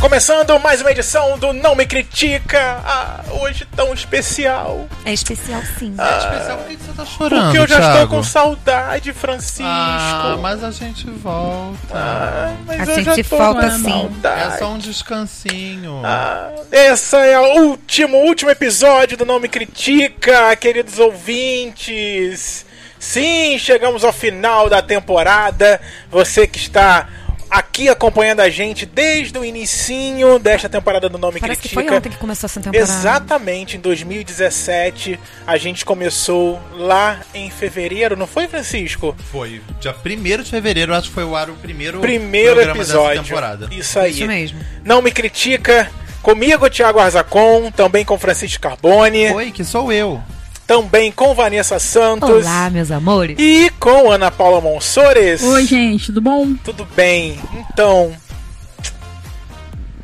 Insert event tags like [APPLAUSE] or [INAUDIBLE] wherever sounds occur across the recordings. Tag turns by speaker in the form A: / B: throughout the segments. A: começando mais uma edição do Não Me Critica, ah, hoje tão especial.
B: É especial sim.
C: É
A: Ah,
C: especial, por que que você tá chorando?
A: Porque eu já estou
C: Thiago?
A: com saudade, Francisco.
C: Ah, mas a gente volta.
A: Ah, mas
B: A
A: eu
B: gente
A: já tô
B: falta
A: com
B: sim.
A: saudade.
C: É só um descansinho.
A: Ah, Essa é o último, último episódio do Não Me Critica, queridos ouvintes. Sim, chegamos ao final da temporada. Você que está aqui acompanhando a gente desde o inicinho desta temporada do Não Me
B: Parece que
A: Critica.
B: foi ontem que começou essa temporada.
A: Exatamente, em 2017 a gente começou lá em fevereiro, não foi, Francisco?
C: Foi dia 1 de fevereiro, acho que foi o ar o primeiro,
A: Primeiro
C: programa
A: episódio.
C: dessa temporada.
A: Isso aí.
B: Isso mesmo.
A: Não me critica. Comigo, Thiago Arzacon, também com Francisco Carbone,
C: Oi, que sou eu.
A: também com Vanessa Santos
B: Olá, meus amores.
A: e com Ana Paula Monsores.
D: Oi, gente, tudo bom?
A: Tudo bem? Então,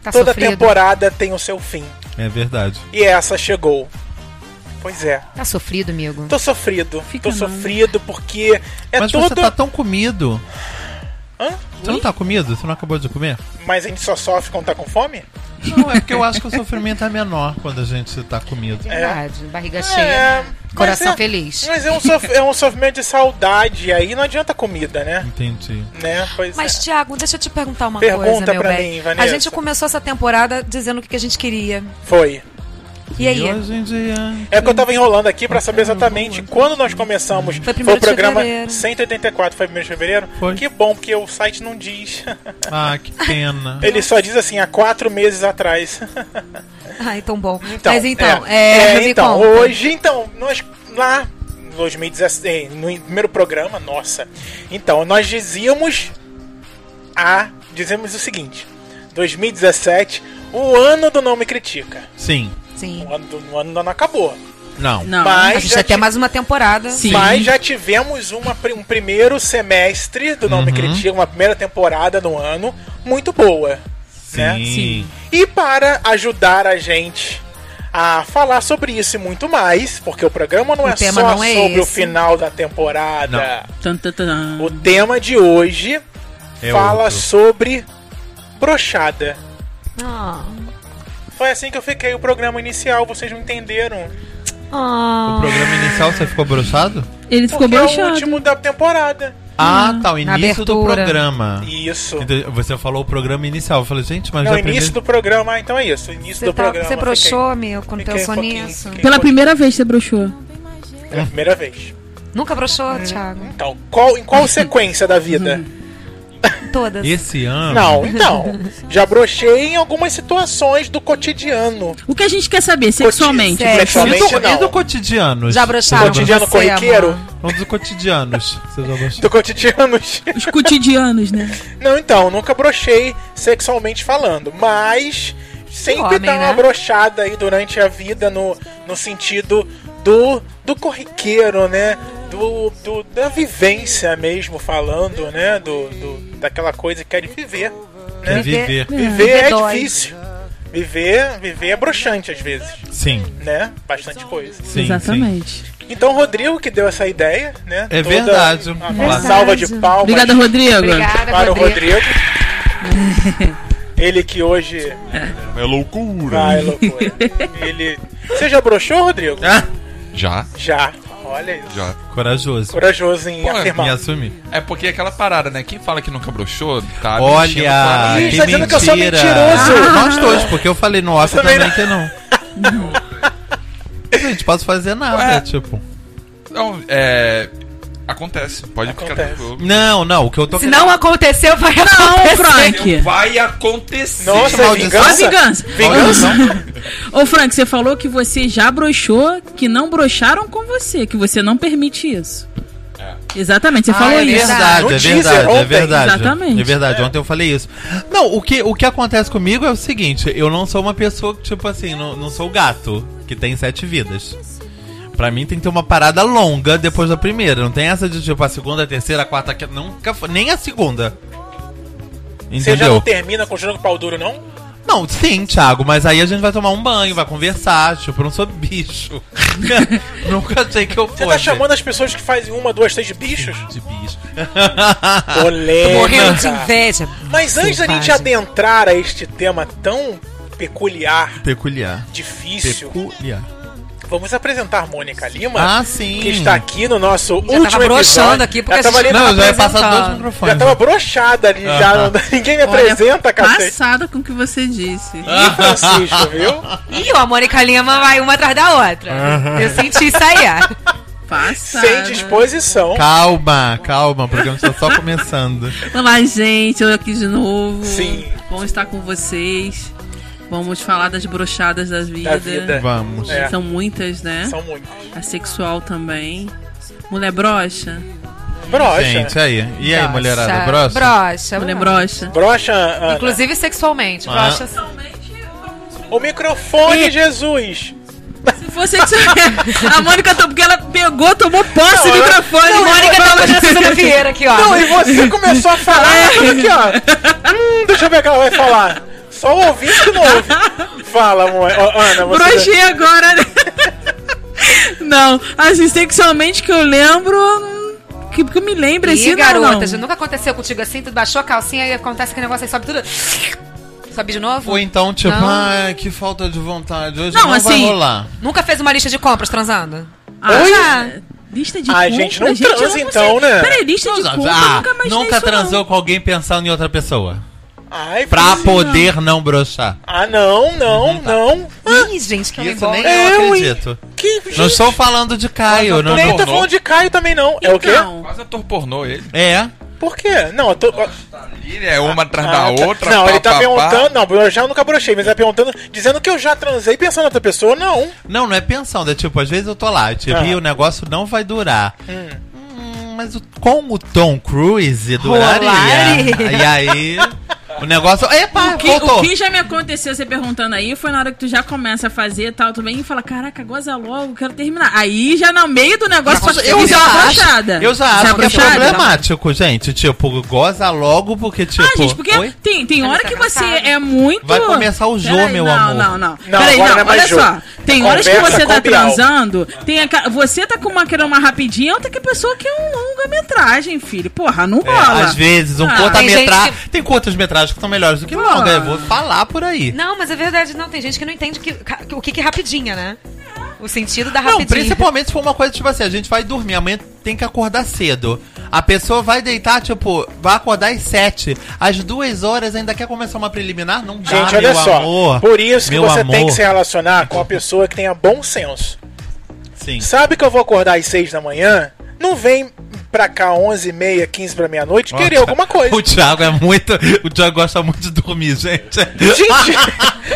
B: Tá
A: toda
B: sofrido?
A: temporada tem o seu fim.
C: É verdade.
A: E essa chegou. Pois é.
B: Tá sofrido, amigo?
A: Tô sofrido.
D: Fica
A: Tô
D: não.
A: sofrido porque é
C: mas
A: todo.
C: você tá tão comido.
A: Hã?
C: Você não tá comido? Você não acabou de comer?
A: Mas a gente só sofre quando tá com fome?
C: Não, é porque eu [LAUGHS] acho que o sofrimento é menor quando a gente tá comido.
B: Verdade. Barriga
A: É,
B: cheia.
A: mas
B: Coração
A: é-
B: feliz.
A: Mas é um, sof- é um sofrimento de saudade, aí não adianta comida, né?
C: Entendi.
A: Né? Pois
B: Mas,
A: é.
B: Tiago, deixa eu te perguntar uma
A: Pergunta
B: coisa, meu
A: pra
B: bem.
A: mim,
B: a
A: Vanessa.
B: gente começou essa temporada dizendo o que que a gente queria.
A: Foi.
B: E aí?
C: hoje em dia.
A: É que eu tava enrolando aqui pra saber exatamente quando nós começamos.
B: Hum. Foi primeiro
A: o
B: de
A: programa
B: fevereiro.
A: 184, foi 1 de fevereiro?
C: Foi.
A: Que bom, porque o site não diz. [LAUGHS]
C: Ah, que pena.
A: Ele só diz assim, há quatro meses atrás.
B: Ai, tão bom.
A: É. Então,
B: Mas então, é, me
A: então,
B: conta.
A: hoje, então, nós lá em 2016, eh, no primeiro programa, nossa. Então, nós dizíamos a dizemos o seguinte: 2017, o ano do não me critica.
C: Sim.
B: Sim.
A: O ano, do, o ano não acabou.
C: Não.
D: Não.
A: Mas-
B: A gente vai ter mais uma temporada.
D: Sim.
A: Mas já tivemos uma pri- um primeiro semestre do Não
B: Uhum.
A: Me Critica, uma primeira temporada no ano, muito boa. Né?
C: Sim.
A: E para ajudar a gente a falar sobre isso e muito mais, porque o programa não
B: O
A: é só
B: tema não é
A: sobre o
B: esse.
A: final da temporada.
D: Tan, tan, tan.
A: O tema de hoje
C: É
A: fala
C: outro.
A: sobre brochada.
B: Ah.
A: Foi assim que eu fiquei o programa inicial, vocês não entenderam.
B: Ah.
C: O programa inicial você ficou brochado?
D: Ele ficou
A: Porque é o
D: broxado.
A: último da temporada.
C: Ah, tá, o início do
B: abertura.
C: programa.
A: Isso.
C: Então, Você falou o programa inicial. Eu falei, gente, mas
A: Não,
C: já
A: início
C: primeiro...
A: do programa, ah, então é isso. Início
B: Você,
A: do
B: tá,
A: programa.
B: você broxou, amigo, quando
A: Fiquei um
B: pensou
A: pouquinho,
B: nisso?
A: fiquei.
D: Pela primeira vez você broxou.
A: fiquei- Pela primeira vez.
B: Nunca broxou, Thiago?
A: Então, qual, em qual [LAUGHS] sequência da vida?
B: Todas.
C: Esse ano...
A: Não, então. Já brochei em algumas situações do cotidiano.
D: O que a gente quer saber sexualmente?
A: É.
B: Sério.
C: E
A: Sexualmente
C: do,
A: não. Ah,
C: e do cotidiano?
B: Já broxaram?
C: Cotidiano.
A: Cotidiano
B: você, é
A: corriqueiro?
B: amor?
C: Um dos cotidianos. Você já broxou?
A: Do cotidiano. [LAUGHS]
D: Os cotidianos, né?
A: Não, então, nunca brochei sexualmente falando, mas sempre
B: Homem,
A: dá uma
B: né?
A: brochada aí durante a vida no, no sentido do, do corriqueiro, né? Do, do- da vivência mesmo falando, né? Do, do- daquela coisa que quer viver.
C: Quer
A: Né?
C: viver.
A: Viver é
B: Hum, dói.
A: difícil. Viver, viver é broxante às vezes,
C: Sim,
A: né? Bastante coisa.
C: sim, sim.
D: Exatamente.
A: Então o Rodrigo que deu essa ideia, né?
C: É verdade.
A: Uma
C: Verdade.
A: salva de palmas
D: Obrigada, Rodrigo.
B: Obrigada,
A: para o
B: Rodrigo.
A: Rodrigo. Ele que hoje
E: É loucura.
A: Ai, loucura. Ele. Você já broxou, Rodrigo?
C: Ah,
E: Já,
A: Já. Olha isso.
E: já.
C: corajoso.
A: Corajoso em
E: Pô,
C: Me
A: afirmar.
C: assumir.
E: É porque é aquela parada, né? Quem fala que nunca broxou, tá
C: Olha,
E: mentindo pra mim.
A: Ih, tá dizendo que eu sou mentiroso.
C: Ah, nós dois, porque eu falei no off
A: Eu também
C: também, que não. Gente, posso fazer nada,
E: Ué.
C: tipo.
E: Não, é... Acontece. Pode ficar
A: Acontece.
E: tranquilo.
C: Não, não, o que eu tô
B: Se não aconteceu, vai acontecer.
D: Ô, Frank.
E: Vai acontecer.
A: Nossa,
C: maldição.
D: Ó,
A: vingança?
D: vingança.
A: Vingança?
D: [LAUGHS] Ô, Frank, você falou que você já broxou, que não broxaram com você, que você não permite isso. Exatamente, você
C: Ah,
D: falou
C: é
D: isso.
C: Verdade,
A: No
C: é
A: teaser,
C: verdade, é
A: ontem.
C: verdade.
D: Exatamente.
C: É verdade, ontem eu falei isso. Não, o que, o que acontece comigo é o seguinte: eu não sou uma pessoa que, tipo assim, não, não sou o gato, que tem sete vidas. Pra mim tem que ter uma parada longa depois da primeira. Não tem essa de tipo a segunda, a terceira, a quarta, a quinta. Nunca foi. Nem a segunda.
A: Você já não
C: Entendeu?
A: termina continuando com o pau duro, não?
C: Não, sim, Thiago, mas aí a gente vai tomar um banho, vai conversar, tipo, eu não sou bicho. [LAUGHS] Nunca achei que eu fosse.
A: Você tá chamando as pessoas que fazem uma, duas, três de bichos?
C: de bicho.
B: Morrendo de
A: Polêmica.
B: inveja.
A: Mas antes da gente
B: Selvagem.
A: adentrar a este tema tão peculiar,
C: Peculiar.
A: difícil,
C: Peculiar.
A: vamos apresentar Mônica Lima,
C: Ah, sim.
A: que está aqui no nosso
B: tava
A: último episódio.
B: broxando aqui, porque
A: Ela tava
B: a gente
A: ali-
C: Não, eu já ia passar
B: apresentando.
C: dois microfones.
A: já tava broxada ali, já.
C: Aham.
A: não- Ninguém me
B: Olha,
A: apresenta, cacete. Ah.
D: Passada com o que você disse.
A: Ih, Francisco, viu?
B: Ih, a Mônica Lima vai uma atrás da outra. Eu senti isso aí. ó.
D: Passada.
A: Sem disposição.
C: Calma, calma, o programa está só começando.
A: [LAUGHS]
D: Olá, Então gente, eu aqui de novo.
A: Sim.
D: Vamos estar com vocês. Vamos falar das brochadas da vida.
A: Da vida.
C: Vamos.
A: É.
D: São muitas, né?
A: São muitos.
D: A sexual também. Mulher brocha?
A: Brocha.
C: Gente, aí. E aí,
B: Brocha,
C: mulherada, brocha?
B: Brocha.
A: É.
D: Mulher
B: brocha.
A: Brocha,
D: brocha?
A: Ana.
B: Inclusive sexualmente.
C: Ah.
B: Brocha sim.
A: O microfone, Jesus.
D: Se fosse que você- [LAUGHS] A Mônica tomou, porque ela pegou, tomou posse
A: Não,
D: do
A: ela-
D: microfone.
B: A Mônica tá
D: tomou
A: [LAUGHS]
B: na Jacina Vieira aqui,
C: Ah.
B: ó.
A: Não, e você começou a falar
C: É.
A: ela tá aqui, ó. Hum, deixa eu ver o que ela vai falar. Só o ouvinte não ouve. Fala, amor. Ô, Ana, você...
D: Brochei agora, né? [LAUGHS] Não, assim, sexualmente que eu lembro. hum, Que, que eu me lembro, assim,
B: Ih,
D: não,
B: garota,
D: não.
B: já nunca aconteceu contigo assim, tu baixou a calcinha e acontece que o negócio aí sobe tudo. Sobe de novo?
C: Ou então, tipo,
B: Não.
C: ai, que falta de vontade. Hoje não,
D: Não,
C: vai
D: assim-
C: rolar.
B: Nunca fez uma lista de compras transando?
D: Ah,
A: Oi?
D: já. Lista de
A: Ai,
D: compra,
A: gente, não
D: eu
A: transa
D: não
A: então,
D: consigo.
A: né?
D: Peraí, lista de
C: Ah,
D: compra, eu nunca mais
C: nunca transou com alguém pensando em outra pessoa.
A: Ai,
C: Pra
A: filho.
C: poder Uhum, tá. não brochar.
A: Ah, não, não, não.
B: Ih, gente, que homem
C: Isso
B: Tá bom.
C: nem
A: É,
C: eu
A: ui.
C: acredito.
A: Que
C: Não estou falando de Caio, não.
A: Nem tô
E: pornô.
A: falando de Caio também, não. é o quê?
D: Então,
E: Quase ator pornô ele.
C: É.
A: Por quê? Não, eu tô...
E: Tá ali, é uma atrás da
A: Ah, tá.
E: outra.
A: Não,
E: pá,
A: ele tá
E: pá,
A: perguntando... Não, eu já nunca brochei, mas ele tá perguntando... Dizendo que eu já transei pensando em outra pessoa, não.
C: Não, não é pensando. É tipo, às vezes eu tô lá, tipo,
A: Ah.
C: e o negócio não vai durar. Hum, mas o- com o Tom Cruise duraria.
B: Rolaria.
C: E aí, o negócio. Epa,
D: o que,
C: Ah, voltou.
D: o que já me aconteceu, você perguntando aí, foi na hora que tu já começa a fazer e tal também e fala: Caraca, goza logo, quero terminar. Aí já no meio do negócio,
C: Nossa,
D: tu-
C: eu
D: tu
C: já
D: dá uma
C: acho-
D: brochada.
C: Eu já
D: Você
C: acho que é
D: brochada?
C: problemático, gente. Tipo, goza logo porque, tipo.
D: Ah, gente, porque
C: Oi?
D: tem, tem
B: Mas
D: hora
B: tá
D: que você
B: cansado.
D: é muito.
C: Vai começar o jô,
D: Peraí,
C: meu
D: não,
C: amor.
D: Não, não,
A: Não,
D: Peraí,
A: agora não é
D: não,
A: mais
D: olha
A: jô.
D: só. Tem horas que
A: Conversa
D: você tá
A: com Bial.
D: transando, tem a ca- você tá com uma querendo uma rapidinha, outra que a pessoa quer um longa-metragem, filho. Porra, não
C: É,
D: rola.
C: às vezes, um
D: Ah.
C: curta-metragem.
B: Tem gente
C: Tem curtas-metragens que são melhores do que longa. Eu vou falar por aí.
B: Não, mas é verdade, não. Tem gente que não entende que- o que, que é rapidinha, né? O sentido da
C: Não,
B: rapidinha.
C: principalmente se for uma coisa tipo assim: a gente vai dormir, amanhã tem que acordar cedo. A pessoa vai deitar, tipo, vai acordar às sete. Às duas horas ainda quer começar uma preliminar? Não dá,
A: Gente,
C: Ah, meu
A: olha só.
C: amor.
A: Por isso que
C: meu
A: você
C: amor.
A: tem que se relacionar com uma pessoa que tenha bom senso.
C: Sim.
A: Sabe que eu vou acordar às 6 da manhã? Não vem pra cá 11 e meia, 15 pra meia-noite querer alguma coisa.
C: O Thiago é muito. O Thiago gosta muito de dormir, gente.
A: [LAUGHS] Gente,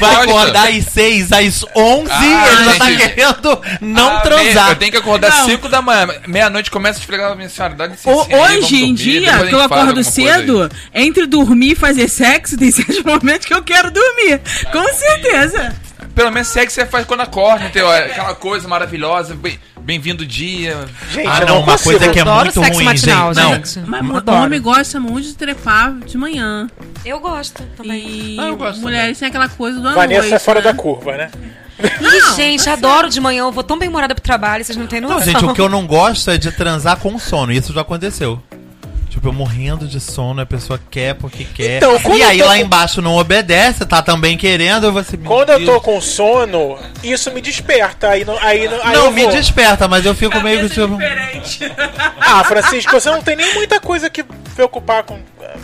C: Vai
E: Gosta.
C: acordar às 6, às 11,
E: Ah,
C: ele já tá
E: gente.
C: querendo não
E: Ah, me-
C: transar.
E: Eu tenho que acordar
D: Não.
E: 5 da manhã. Meia-noite começa a esfregar a mensalidade. se-
D: O-
E: se- vamos
D: hoje em
E: dormir, depois a
D: dia,
E: gente
D: que eu
E: faz
D: acordo
E: alguma coisa aí.
D: cedo, entre dormir e fazer sexo, [LAUGHS] tem certos momentos que eu quero dormir. Com certeza.
E: Pelo menos sexo você faz quando acorda, entendeu? É Aquela coisa maravilhosa. bem- Bem-vindo dia.
A: gente eu
C: Ah, não,
A: não,
C: uma
A: consigo.
C: coisa que é
B: Adoro
C: muito
B: sexo
C: ruim,
B: matinal,
C: gente.
B: gente.
C: Não.
D: Mas
C: Ma-
D: o homem gosta muito de trepar de manhã.
B: Eu gosto também.
D: E
C: Ah, eu gosto
D: mulheres têm aquela coisa do amor.
A: Vanessa é fora
D: né?
A: da curva, né?
B: Ih,
D: é
B: gente, adoro de manhã. Eu vou tão bem-humorada pro trabalho, vocês não têm noção.
C: Não, gente, o que eu não gosto é de transar com sono. Isso já aconteceu. Tipo, eu morrendo de sono, a pessoa quer porque quer.
A: Então, quando
C: e aí
A: eu tô
C: lá
A: com-
C: embaixo não obedece, tá também querendo, assim, você me.
A: Quando eu tô com sono, isso me desperta. Aí não, aí não, aí
C: Não,
A: eu
C: me
A: vou.
C: desperta, mas eu fico meio que
D: Cabeça
C: tipo.
D: diferente.
A: Ah, Francisco, você não tem nem muita coisa que preocupar com. é,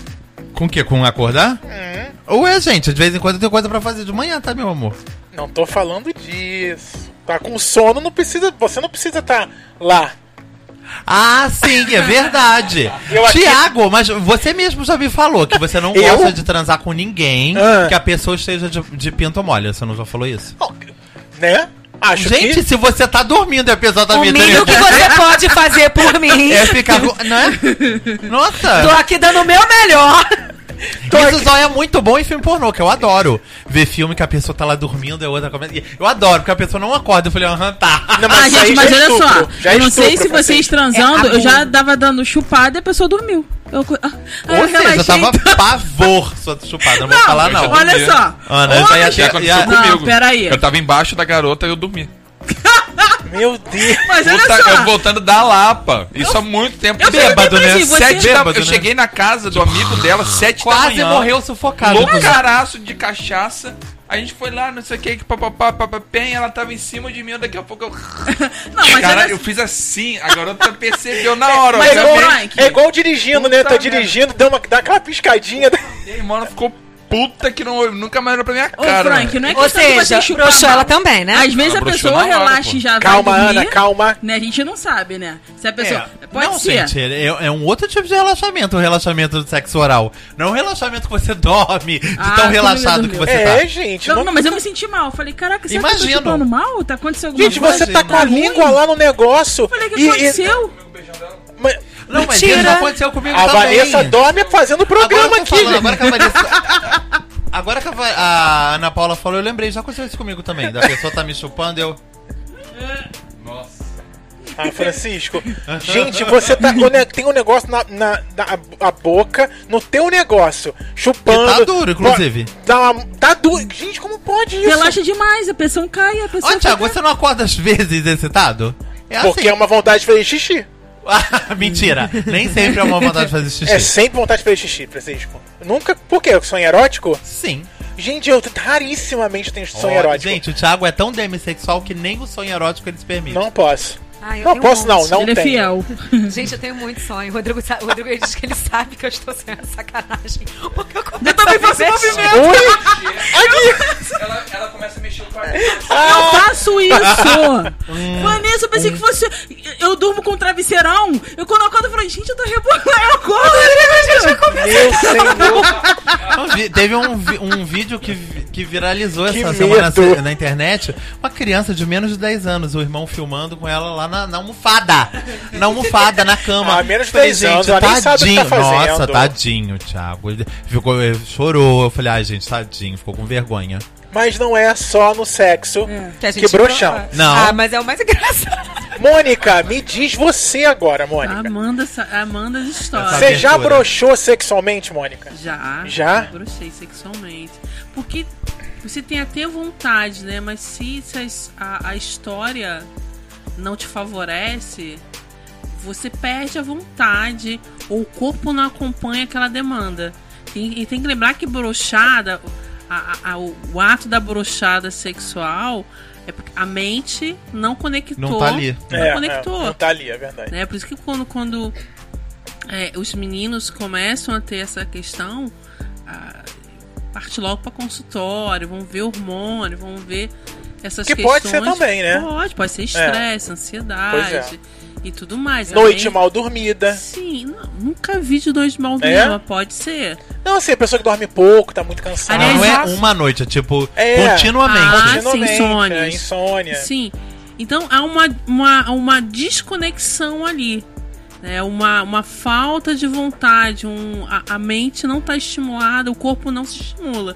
C: Com o quê? Com acordar? Ué, gente, de vez em quando tem coisa pra fazer de manhã, tá, meu amor?
A: Não tô falando disso. Tá com sono, não precisa. Você não precisa estar lá.
C: Ah, sim, é verdade.
A: [LAUGHS] Eu aqui-
C: Tiago, mas você mesmo já me falou que você não
A: Eu?
C: gosta de transar com ninguém
A: Ah.
C: que a pessoa esteja de, de pinto molha. Você não já falou isso?
A: Né? Acho
C: Gente,
A: que.
C: se você tá dormindo e a pessoa tá
B: O
C: me
B: mínimo que você pode fazer por mim.
C: [LAUGHS] É ficar. com- Né? Nossa!
B: Tô aqui dando o meu melhor.
C: Isso só é muito bom em filme pornô, que eu adoro. Ver filme que a pessoa tá lá dormindo e a outra começa. Eu adoro, porque a pessoa não acorda. Eu falei, aham, tá.
A: Não,
D: Ah,
A: isso aí
D: gente, mas
A: já é
D: olha
A: estupro,
D: só.
A: já é
D: eu não sei
A: estupro,
D: se vocês
A: Francisco.
D: transando,
B: É
D: eu já dava dando chupada e a pessoa dormiu. Eu co- Ah,
C: Ou
D: eu
C: seja,
D: relaxei
C: tava
D: tanto.
C: pavor sua chupada, não, vou
D: Não,
C: falar não.
E: olha-
D: Olha só.
A: Ah,
C: Ana, essa aí
D: Hoje-
C: é a
E: Que aconteceu
C: E a-
E: comigo.
D: Não, peraí.
E: Eu tava embaixo da garota e eu dormi.
A: Meu Deus.
D: Mas olha
E: Volta-
D: só.
E: eu voltando da Lapa. Isso há muito tempo.
D: eu perguntei
C: bêbado,
D: pra
C: né?
D: ti, você-
E: Sete da-
C: bêbado,
E: eu
C: né?
E: cheguei na casa do amigo dela, sete da
C: Quase
E: manhã.
C: morreu né? sufocado.
E: Loucaraço de cachaça. A gente foi lá, não sei o que, que papapá, papapém, ela tava em cima de mim, daqui a pouco eu.
D: Não, mas
E: Cara,
D: olha
E: eu
D: só.
E: fiz assim, a garota percebeu na hora,
D: Mas
E: ó.
A: É
E: já
D: eu-
A: igual,
E: vi-
D: Frank.
A: é igual dirigindo, né? Tá
E: Puta
A: dirigindo, dá, uma, dá aquela piscadinha. né?
E: Minha irmã ela ficou puta que não, nunca mais olhou pra minha
D: Ô,
E: cara.
D: Frank,
E: mano.
D: não é
B: Ou
D: questão de você
B: seja,
D: chupar
B: broxou
D: mal.
B: ela também, né?
D: Às vezes
E: Ela
D: a
E: broxou
D: pessoa
E: na hora,
D: relaxa
E: pô.
D: e já vai
A: Calma,
D: dormir,
A: Ana, calma.
D: Né? A gente não sabe, né? Se a pessoa...
C: É.
D: Pode
C: não,
D: ser.
C: gente, é, é um outro tipo de relaxamento, o relaxamento do sexo oral. Não é um relaxamento que você dorme de
D: Ah,
C: tão
D: que
C: relaxado
D: medo
C: que
D: meu.
C: você
A: É,
C: tá.
A: gente.
D: Não,
A: não-
D: não, mas eu me senti mal. Falei, caraca, será que eu
C: Imagino.
D: tô chupando mal? Tá acontecendo alguma
A: Gente,
D: coisa?
A: você tá com a
D: ruim?
A: língua lá no negócio.
D: Falei, o que
A: e- e-
D: aconteceu?
A: mas-
C: Não, mas
B: Mentira.
C: isso aconteceu comigo
A: a
C: também.
A: Vanessa dorme fazendo programa
C: Agora que eu
A: aqui,
C: tô falando,
A: gente.
C: agora que a Vanessa... Agora que a, Va- a Ana Paula falou, eu lembrei, já aconteceu isso comigo também. Da pessoa tá me chupando, eu...
E: Nossa.
A: Ah,
C: [LAUGHS]
A: Francisco. Gente, você tá. o ne- Tem um negócio na, na, na- a boca, no teu negócio. Chupando.
C: E tá duro, inclusive.
A: Tá, tá duro. Gente, como pode isso?
D: Relaxa demais, a pressão cai, a pessoa
C: Ó, Thiago,
D: fica-
C: você não acorda às vezes excitado? É assim.
A: Porque é uma vontade de fazer xixi.
C: [LAUGHS] Ah, Mentira, nem sempre é uma vontade de fazer xixi.
A: É sempre vontade de fazer xixi, Francisco. Nunca. Por quê? Sonho erótico?
C: Sim.
A: Gente, eu rarissimamente tenho É sonho
C: Ó,
A: erótico.
C: Gente, o Thiago é tão demissexual que nem o sonho erótico eles permitem.
A: Não posso.
B: Ah, eu
A: não
B: tenho
A: posso,
B: um
A: não,
B: monte.
A: não
D: Ele é
A: tem.
D: fiel.
B: Gente, eu tenho muito sonho. O Rodrigo, sa- o Rodrigo ele diz que ele sabe que eu estou sendo sacanagem. Porque eu começo
D: Eu também
B: a me
D: faço
B: mexer.
D: movimento.
A: Ui!
D: é-
E: Ela, ela começa a mexer o quarto.
D: Ah, Eu [LAUGHS] faço
A: Hum.
D: isso! Vanessa, eu pensei que fosse. Eu durmo com um travesseirão, eu quando eu acordo eu falo, gente, eu tô rebolando, eu acordo, eu já começo.
A: Meu senhor!
C: Não, vi- teve um, vi- um vídeo que, vi- que viralizou
A: Que
C: essa semana
A: medo.
C: se- na internet. Uma criança de menos de 10 anos, o irmão filmando com ela lá na, na almofada. Na almofada, na cama.
A: Ah, menos de
C: Falei,
A: 10 anos, ela nem sabe o que tá fazendo.
C: Nossa, tadinho, Thiago. Ele ficou, ele chorou. Eu falei, ai, gente, tadinho, ficou com vergonha.
A: Mas não é só no sexo
B: Que, a
A: que,
B: gente
A: broxão.
C: Não.
B: Ah, mas é o mais [LAUGHS] engraçado.
A: Mônica, me diz você agora, Mônica.
D: Amanda, sa- Amanda as histórias.
C: Sabe-
A: Você já
C: abertura.
A: broxou sexualmente, Mônica?
D: Já.
A: Já?
D: Brochei sexualmente. Porque você tem até vontade, né? Mas se, se as- a, a história não te favorece, você perde a vontade ou o corpo não acompanha aquela demanda. E, e tem que lembrar que brochada, a- a- a- o, o ato da brochada sexual é porque a mente não conectou.
C: Não tá ali.
D: Não conectou
A: não tá ali, é verdade.
D: né? Por isso que quando, quando é, os meninos começam a ter essa questão, ah, parte logo para consultório, vão ver hormônio, vão ver essas
A: Que
D: questões.
A: pode ser também, né? É.
D: Pode, pode ser estresse, ansiedade e tudo mais.
A: Noite
D: Além-
A: mal dormida.
D: Sim, não, nunca vi de dois mal
A: É?
D: nenhuma, pode ser.
A: Não, assim, a pessoa que dorme pouco, tá muito
B: Ah,
A: cansada.
D: Aliás,
C: não é
D: já-
C: uma noite, é tipo,
A: É.
C: continuamente.
D: Ah, sim, insônia.
A: é, insônia.
D: Sim. Então há uma, uma, uma desconexão ali. Né? Uma, uma falta de vontade. Um, a, a mente não está estimulada, o corpo não se estimula.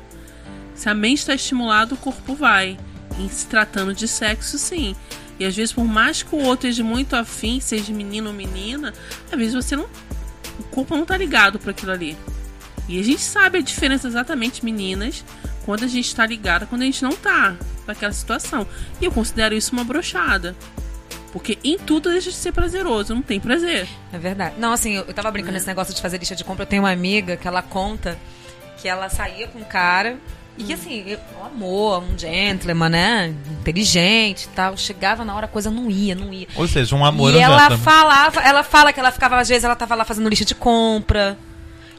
D: Se a mente está estimulada, o corpo vai. Em se tratando de sexo, sim. E às vezes, por mais que o outro esteja muito afim, seja menino ou menina, às vezes você não. O corpo não tá ligado para aquilo ali. E a gente sabe a diferença exatamente, meninas, quando a gente tá ligada, quando a gente não tá naquela situação. E eu considero isso uma brochada. Porque em tudo deixa de ser prazeroso, não tem prazer.
B: É verdade. Não, assim, eu eu tava brincando nesse negócio de fazer lista de compra. Eu tenho uma amiga que ela conta que ela saía com um cara. E que assim, eu- um amor, um gentleman, né? Inteligente e tal. Chegava na hora, a coisa não ia, não ia.
C: Ou seja, um amor
B: e
C: um
B: ela
C: gentleman.
B: falava, ela fala que ela ficava, às vezes, ela tava lá fazendo lista de compra.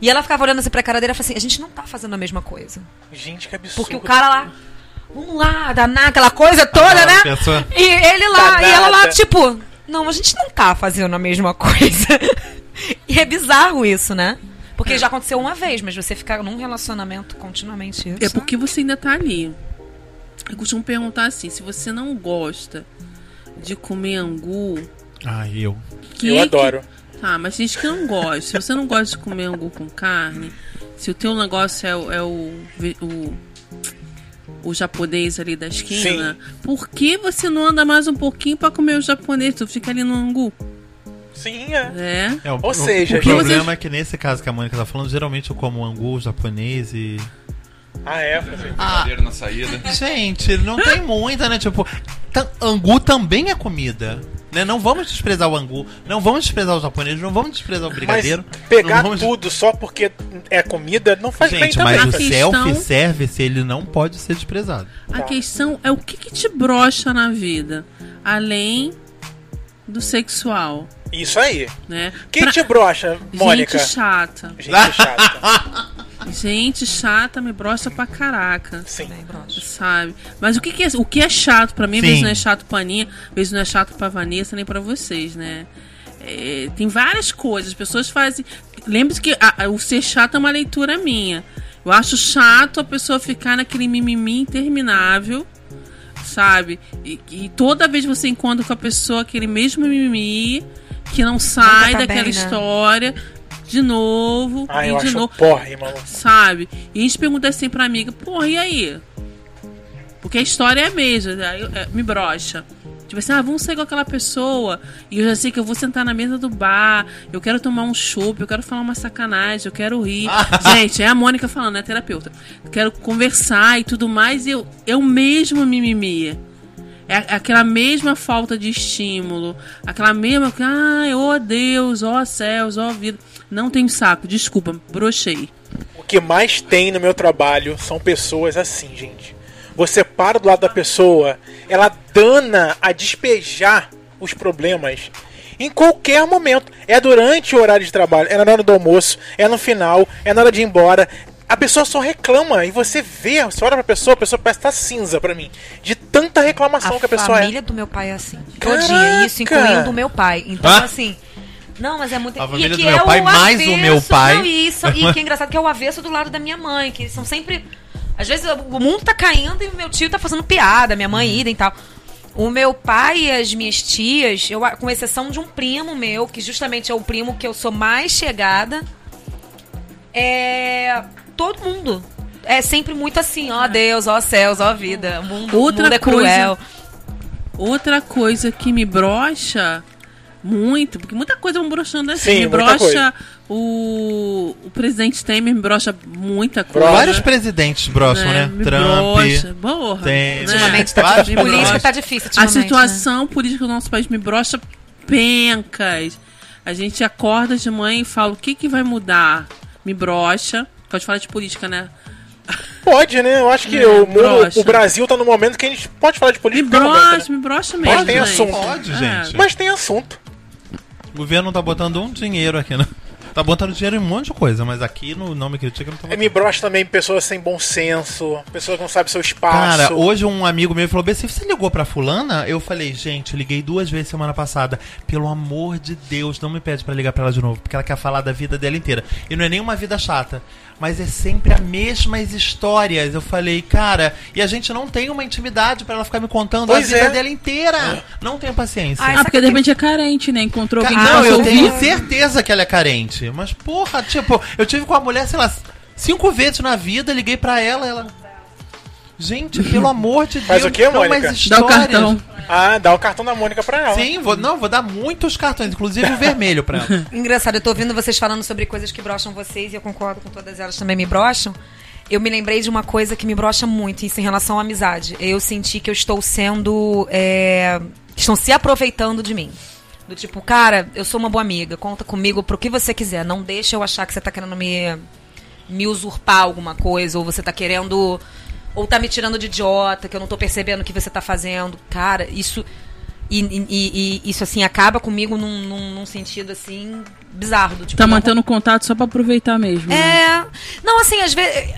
B: E ela ficava olhando assim pra cara dele e falava assim, a gente não tá fazendo a mesma coisa.
A: Gente, que absurdo.
B: Porque o cara lá, um vamos lá, danar aquela coisa toda,
C: Ah,
B: né?
C: pensou?
B: E ele lá,
A: Danada.
B: e ela lá, tipo, não, a gente não tá fazendo a mesma coisa. [LAUGHS] e é bizarro isso, né? Porque já aconteceu uma vez, mas você ficar num relacionamento continuamente isso.
D: É porque você ainda tá ali. Eu costumo perguntar assim: se você não gosta de comer angu,
C: Ai, eu.
D: que
A: eu adoro.
D: Tá, mas gente que não gosta. Se você não gosta de comer angu com carne, se o teu negócio é, o- é o, ve- o. o japonês ali da esquina, por que você não anda mais um pouquinho pra comer o japonês? Tu fica ali no angu.
A: Sim, é.
D: né?
C: É, o,
A: Ou seja,
C: o, o problema
D: vocês-
C: é que nesse caso que a Mônica tá falando, geralmente eu como angu japonês e.
A: Ah, é. fazer.
E: Brincadeira na saída.
C: Gente, não tem muita, né? Tipo, ta- angu também é comida. Né? Não vamos desprezar o angu, não vamos desprezar o japonês, não vamos desprezar o
A: Mas
C: brigadeiro.
A: pegar
C: não vamos...
A: tudo só porque é comida não faz bem
C: Gente,
A: também.
C: mas o
D: A então questão-
C: self-service, ele não pode ser desprezado.
D: A questão é o que, que te brocha na vida, além do sexual,
C: é
A: Isso aí.
D: né?
A: Quem
D: Pra-
A: te brocha, Mônica?
D: Gente chata.
A: Gente
D: [LAUGHS]
A: chata.
D: Gente chata me brocha pra caraca.
A: Sim.
B: Né, broxa.
D: Sabe? Mas o que, que é, o que é chato pra mim, às
C: Sim.
D: vezes não é chato pra Aninha, às vezes não é chato pra Vanessa, nem pra vocês, né? É, tem várias coisas, as pessoas fazem. Lembre-se que a- a- o ser chato é uma leitura minha. Eu acho chato a pessoa ficar naquele mimimi interminável, sabe? E, e toda vez você encontra com a pessoa aquele mesmo mimimi que não sai
B: tá bem,
D: daquela
B: né?
D: história de novo
A: Ah,
D: e
A: eu
D: de
A: acho
D: novo
A: porra, irmão.
D: sabe? E a gente pergunta assim pra amiga, porra, e aí? Porque a história é a mesma, né? Aí eu- é, me brocha. Tipo assim, ah, vamos sair com aquela pessoa e eu já sei que eu vou sentar na mesa do bar, eu quero tomar um chopp, eu quero falar uma sacanagem, eu quero rir. Gente, é a Mônica falando, é a terapeuta. Eu quero conversar e tudo mais e eu, eu mesmo mimimi. É a- aquela mesma falta de estímulo, aquela mesma. Ai, ó Deus, ó céus, ó vida. Não tenho saco, desculpa, brochei.
A: O que mais tem no meu trabalho são pessoas assim, gente. Você para do lado da pessoa, ela dana a despejar os problemas em qualquer momento. É durante o horário de trabalho, é na hora do almoço, é no final, é na hora de ir embora. A pessoa só reclama e você vê, você olha pra pessoa, a pessoa parece estar cinza pra mim. De tanta reclamação
B: a
A: que a pessoa
B: família
A: é.
B: do meu pai é assim.
A: Caraca!
B: Todinha, isso incluindo o meu pai. Então,
C: Hã?
B: assim. Não, mas é muito.
C: A
B: e
C: família
B: que
C: do meu
B: é
C: pai, mais o meu pai.
B: Não, e, isso,
C: [LAUGHS]
B: e que é engraçado que é o avesso do lado da minha mãe, que são sempre. Às vezes o mundo tá caindo e o meu tio tá fazendo piada, minha
C: Uhum.
B: mãe idem e tal. O meu pai e as minhas tias, eu, a- com exceção de um primo meu, que justamente é o primo que eu sou mais chegada, é. Todo mundo. É sempre muito assim,
C: É.
B: ó Deus, ó céus, ó vida. O mundo,
D: Outra
B: o mundo é
D: coisa-
B: cruel.
D: Outra coisa que me brocha muito, porque muita coisa vão brochando assim.
A: Sim,
D: me
A: muita
D: brocha
A: coisa.
D: o, o presidente Temer, me brocha muita coisa. É,
C: Vários presidentes brocham, né?
D: Me
C: Trump.
D: brocha. Porra.
C: tem-
B: Ultimamente
C: É,
B: tá
C: vários
B: difícil. Política
C: problemas.
B: tá difícil.
D: A
B: ultimamente, né?
D: situação política do nosso país me brocha pencas. A gente acorda de manhã e fala o que, que vai mudar. Me brocha. Pode falar de política, né?
A: Pode, né? Eu acho que
B: Hum,
A: o mundo,
D: brocha.
A: o Brasil tá no momento que a gente pode falar de
D: Me
A: política. é
D: brocha, me brocha
A: tem
D: mesmo. gente.
A: né? assunto.
C: Pode,
D: É.
C: gente.
A: Mas tem assunto.
C: O governo tá botando um dinheiro aqui, né? Tá botando dinheiro em um monte de coisa, mas aqui no Não Me Critica não tá
A: É,
C: botando.
A: Me brocha também pessoas sem bom senso, pessoas que não sabem seu espaço.
C: Cara, hoje um amigo meu falou, BC, você ligou pra fulana? Eu falei, gente, eu liguei duas vezes semana passada. Pelo amor de Deus, não me pede pra ligar pra ela de novo, porque ela quer falar da vida dela inteira. E não é nenhuma vida chata, mas é sempre as mesmas histórias. Eu falei, cara, e a gente não tem uma intimidade pra ela ficar me contando
A: Pois
C: a vida
A: é.
C: dela inteira. Não tenho paciência.
B: Ai,
F: Ah, porque de repente é carente, né? Encontrou
C: Ca-
F: alguém que
C: não,
F: possa
C: eu
F: ouvir.
C: tenho certeza que ela é carente. Mas, porra, tipo, eu tive com a mulher, sei lá, cinco vezes na vida, liguei pra ela, ela. Gente, pelo amor de Deus.
A: Faz o quê,
C: não,
A: Mônica?
C: mas
F: Dá o
C: histórias.
F: cartão.
A: Ah, dá o cartão da Mônica pra ela.
C: Sim, vou, não, vou dar muitos cartões, inclusive o vermelho pra
F: [LAUGHS]
C: ela.
B: Engraçado, eu tô ouvindo vocês falando sobre coisas que brocham vocês e eu concordo com todas elas também me brocham. Eu me lembrei de uma coisa que me brocha muito isso em relação à amizade. Eu senti que eu estou sendo. é, que estão se aproveitando de mim. Do tipo, cara, eu sou uma boa amiga, conta comigo pro que você quiser. Não deixa eu achar que você tá querendo me, me usurpar alguma coisa, ou você tá querendo. Ou tá me tirando de idiota, que eu não tô percebendo o que você tá fazendo. Cara, isso. E, e- e- e isso, assim, acaba comigo num, num- num sentido, assim, bizarro. do tipo,
F: Tá
B: não
F: mantendo contato só pra aproveitar mesmo. né?
B: é. Não, assim, às vezes.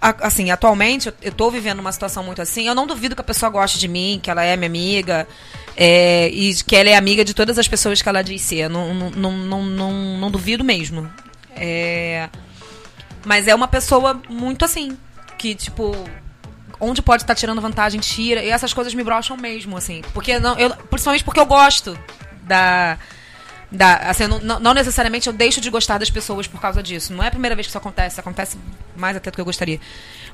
B: a- Assim, atualmente eu- eu tô vivendo uma situação muito assim. Eu não duvido que a pessoa goste de mim, que ela é minha amiga, é, e que ela é amiga de todas as pessoas que ela diz ser. Não, não, não, não, não, não duvido mesmo. É, mas é uma pessoa muito assim, que, tipo, onde pode estar tirando vantagem, tira. E essas coisas me brocham mesmo, assim. Porque não, eu, principalmente porque eu gosto da, Da, assim, eu não- não, não necessariamente eu deixo de gostar das pessoas por causa disso. Não é a primeira vez que isso acontece, acontece mais até do que eu gostaria.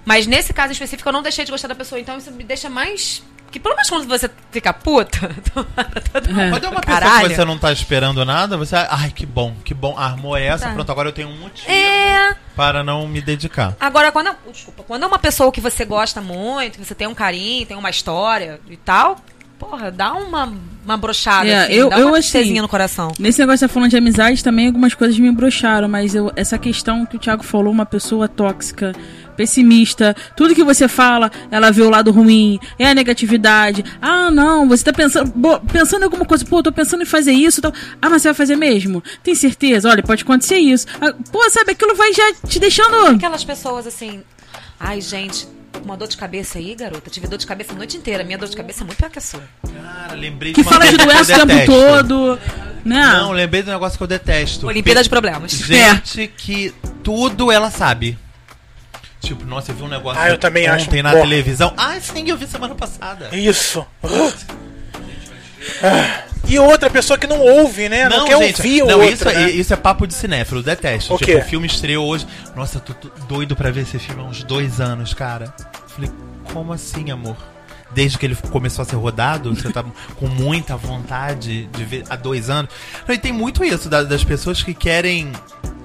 B: Mas nesse caso específico, eu não deixei de gostar da pessoa, então isso me deixa mais. Que pelo menos quando você fica puta. [LAUGHS]
C: Quando é uma pessoa
B: Caralho.
C: que você não tá esperando nada, você. Ai, que bom, que bom. Armou essa,
B: Tá.
C: pronto, agora eu tenho um motivo
B: é.
C: para não me dedicar.
B: Agora, quando é, desculpa, quando é uma pessoa que você gosta muito, que você tem um carinho, tem uma história e tal, porra, dá uma, uma brochada,
F: É,
B: assim,
F: eu-
B: dá uma
F: eu, assim,
B: tristezinha no coração.
F: Nesse negócio que você tá falando de amizade, também algumas coisas me broxaram, mas eu- essa questão que o Thiago falou, uma pessoa tóxica, pessimista, tudo que você fala, ela vê o lado ruim, é a negatividade. Ah, não, você tá pensando, bo- pensando em alguma coisa, pô, tô pensando em fazer isso, tal. Ah, mas você vai fazer mesmo? Tem certeza? Olha, pode acontecer isso. Ah, pô, sabe, aquilo vai já te deixando.
B: Aquelas pessoas assim, ai gente, tô com uma dor de cabeça aí, garota, tive dor de cabeça a noite inteira, minha dor de cabeça é muito pior que a sua.
C: Cara, lembrei
F: Que
C: uma
F: fala de
C: coisa que eu
F: doença o tempo
C: detesto.
F: todo, né?
C: Não, lembrei de um negócio que eu detesto.
B: Olimpíada
C: Pe-
B: de problemas.
C: Gente que tudo ela sabe. Tipo, nossa, eu vi um negócio
A: Ah, eu também acho
C: ontem
A: um
C: na
A: porra.
C: televisão. Ah, sim, eu vi semana passada.
A: Isso. Ah, E outra pessoa que não ouve, né? Não, quer ouvir o
C: não,
A: outro.
C: isso,
A: né?
C: isso é papo de cinéfilo, eu detesto.
A: O
C: tipo,
A: quê?
C: o filme estreou hoje. Nossa, eu tô tô doido pra ver esse filme há uns dois anos, cara. Falei, como assim, amor? Desde que ele começou a ser rodado, você tá [LAUGHS] com muita vontade de ver há dois anos. Não, E tem muito isso da- das pessoas que querem.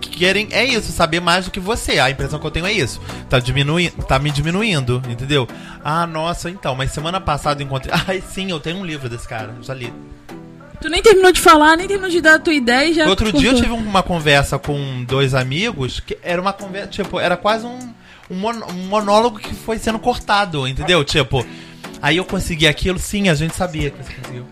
C: que Querem, é isso, saber mais do que você. A impressão que eu tenho é isso. Tá, diminui, tá me diminuindo, entendeu? Ah, nossa, então, mas semana passada eu encontrei. [LAUGHS] Ai, sim, eu tenho um livro desse cara, já li.
F: Tu nem terminou de falar, nem terminou de dar a tua ideia e já.
C: Outro
F: cortou.
C: dia eu tive uma conversa com dois amigos que era uma conversa, tipo, era quase um, um mon- um monólogo que foi sendo cortado, entendeu? Tipo, aí eu consegui aquilo, sim, a gente sabia que você conseguiu.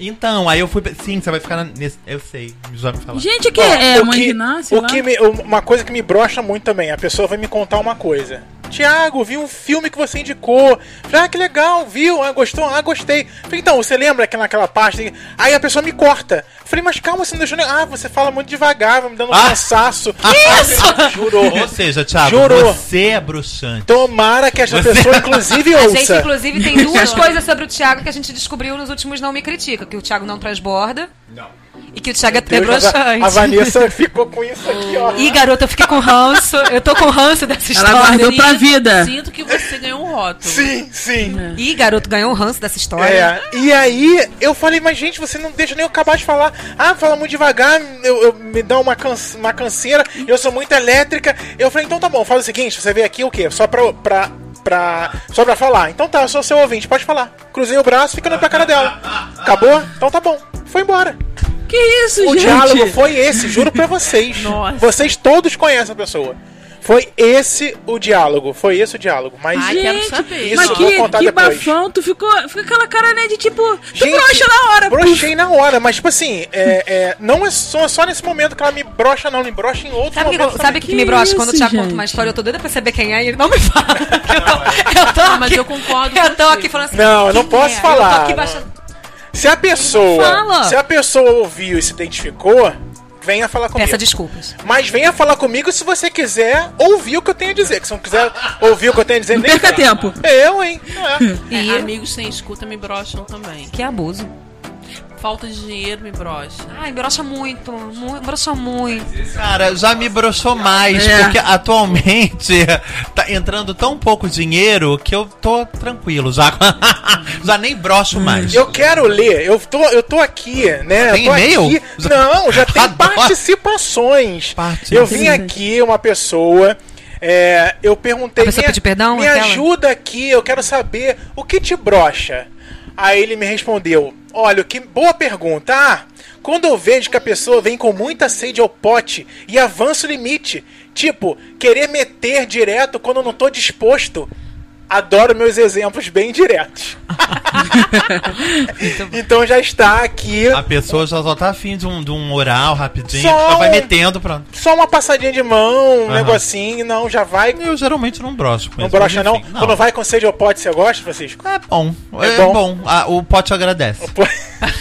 C: Então, aí eu fui. pe- Sim, você vai ficar na- nesse. Eu sei, já me falar.
F: Gente, o que
A: Ó,
F: é?
A: o
F: Mãe
A: que-
F: de Inácio?
A: o que me- Uma coisa que me brocha muito também, a pessoa vai me contar uma coisa. Tiago, vi um filme que você indicou. Falei, ah, que legal, viu? Ah, gostou? Ah, gostei. Falei, então, você lembra que naquela parte? Aí a pessoa me corta. Falei, mas calma, você não deixou nem. Ah, você fala muito devagar, vai me dando um
C: Ah!
A: cansaço. Isso! [LAUGHS] Jurou.
C: Ou seja, Thiago,
A: Jurou.
C: você é bruxante.
A: Tomara que essa
C: Você-
A: pessoa, inclusive,
B: A
A: ouça.
B: gente, inclusive, tem duas coisas sobre o Thiago que a gente descobriu nos últimos Não Me Critica, que o Thiago não transborda. E que o Thiago é
A: Deus, a Va-
B: broxante.
A: a, Vanessa ficou com isso aqui, ó.
B: Ih, garota, eu fiquei com ranço. Eu tô com ranço dessa história.
F: Ela guardou pra
D: Sinto-
F: vida.
D: Sinto que você ganhou um rótulo.
A: Sim, sim.
B: Ih, garoto, ganhou o ranço dessa história.
A: É, e aí eu falei, mas gente, você não deixa nem eu acabar de falar. Ah, fala muito devagar, eu, eu- me dá uma, canse, uma canseira, eu sou muito elétrica. Eu falei, então tá bom, faz o seguinte, você veio aqui o quê? Só pra, pra, pra, só pra falar. Então tá, eu sou seu ouvinte, pode falar. Cruzei o braço, fica olhando pra cara dela. Acabou? Então tá bom. Foi embora.
F: Que isso,
A: O
F: gente?
A: diálogo foi esse, juro pra vocês.
F: Nossa.
A: Vocês todos conhecem a pessoa. Foi esse o diálogo, foi esse o diálogo. Mas
D: Ai, quero saber.
F: Mas
A: Isso,
F: que,
A: vou contar
F: que
A: depois.
F: bafão, tu ficou, fica aquela cara, né, de tipo, tu brocha na hora. puf.
A: Brochei na hora, mas tipo assim, é, é, não é só, só nesse momento que ela me brocha, não, me brocha em outro
B: Sabe o
A: momento.
B: que, sabe que, que me
F: Que
B: brocha? Quando o
F: isso,
B: Thiago conta
F: gente?
B: uma história, eu tô doida pra saber quem é e ele não me fala. [LAUGHS] Eu tô, eu tô aqui,
D: Mas eu concordo
B: Eu tô
D: contigo.
B: aqui falando assim.
A: Não, eu não
B: quem
A: posso
B: é? Eu tô
A: falar,
B: aqui
A: não.
B: baixando.
A: Se a pessoa.
B: fala.
A: Se a pessoa ouviu e se identificou, venha falar comigo.
B: Peça desculpas.
A: Mas venha falar comigo se você quiser ouvir o que eu tenho a dizer. Que se não quiser ouvir o que eu tenho a dizer,
F: Não
A: nem.
F: perca tempo.
A: Eu, hein? Não é.
D: É,
B: E
D: amigos sem escuta me brocham também.
B: que abuso.
D: Falta de dinheiro me brocha.
B: Ai, me brocha muito. mu- Brocha muito.
C: Cara, já me broxou mais,
F: É.
C: porque atualmente [LAUGHS] tá entrando tão pouco dinheiro que eu tô tranquilo, já, [LAUGHS] já nem broxo
F: Hum.
C: mais.
A: Eu quero ler, eu tô, eu tô aqui, né?
C: Tem
A: eu tô
C: e-mail?
A: aqui. Não, já tem
C: Adoro.
A: participações.
C: Participações.
A: Eu vim aqui, uma pessoa. é, eu perguntei.
B: A pessoa
A: "Me-
B: pediu perdão,
A: Me
B: aquela?"
A: ajuda aqui, eu quero saber o que te brocha. Aí ele me respondeu: Olha, que boa pergunta. Ah, quando eu vejo que a pessoa vem com muita sede ao pote e avança o limite, tipo, querer meter direto quando eu não tô disposto. Adoro meus exemplos bem diretos. Então já está aqui.
C: A pessoa já só tá afim de um, de um oral rapidinho,
A: Só
C: só vai
A: um-
C: metendo, pronto.
A: Só uma passadinha de mão, um
C: Aham.
A: negocinho, não, já vai.
C: Eu geralmente não broxo com
A: Não
C: isso,
A: brocha,
C: mas
A: não.
C: enfim,
A: Quando vai com sede ao pote, você gosta, Francisco?
C: É bom, é,
A: É bom.
C: bom. Ah, o pote agradece.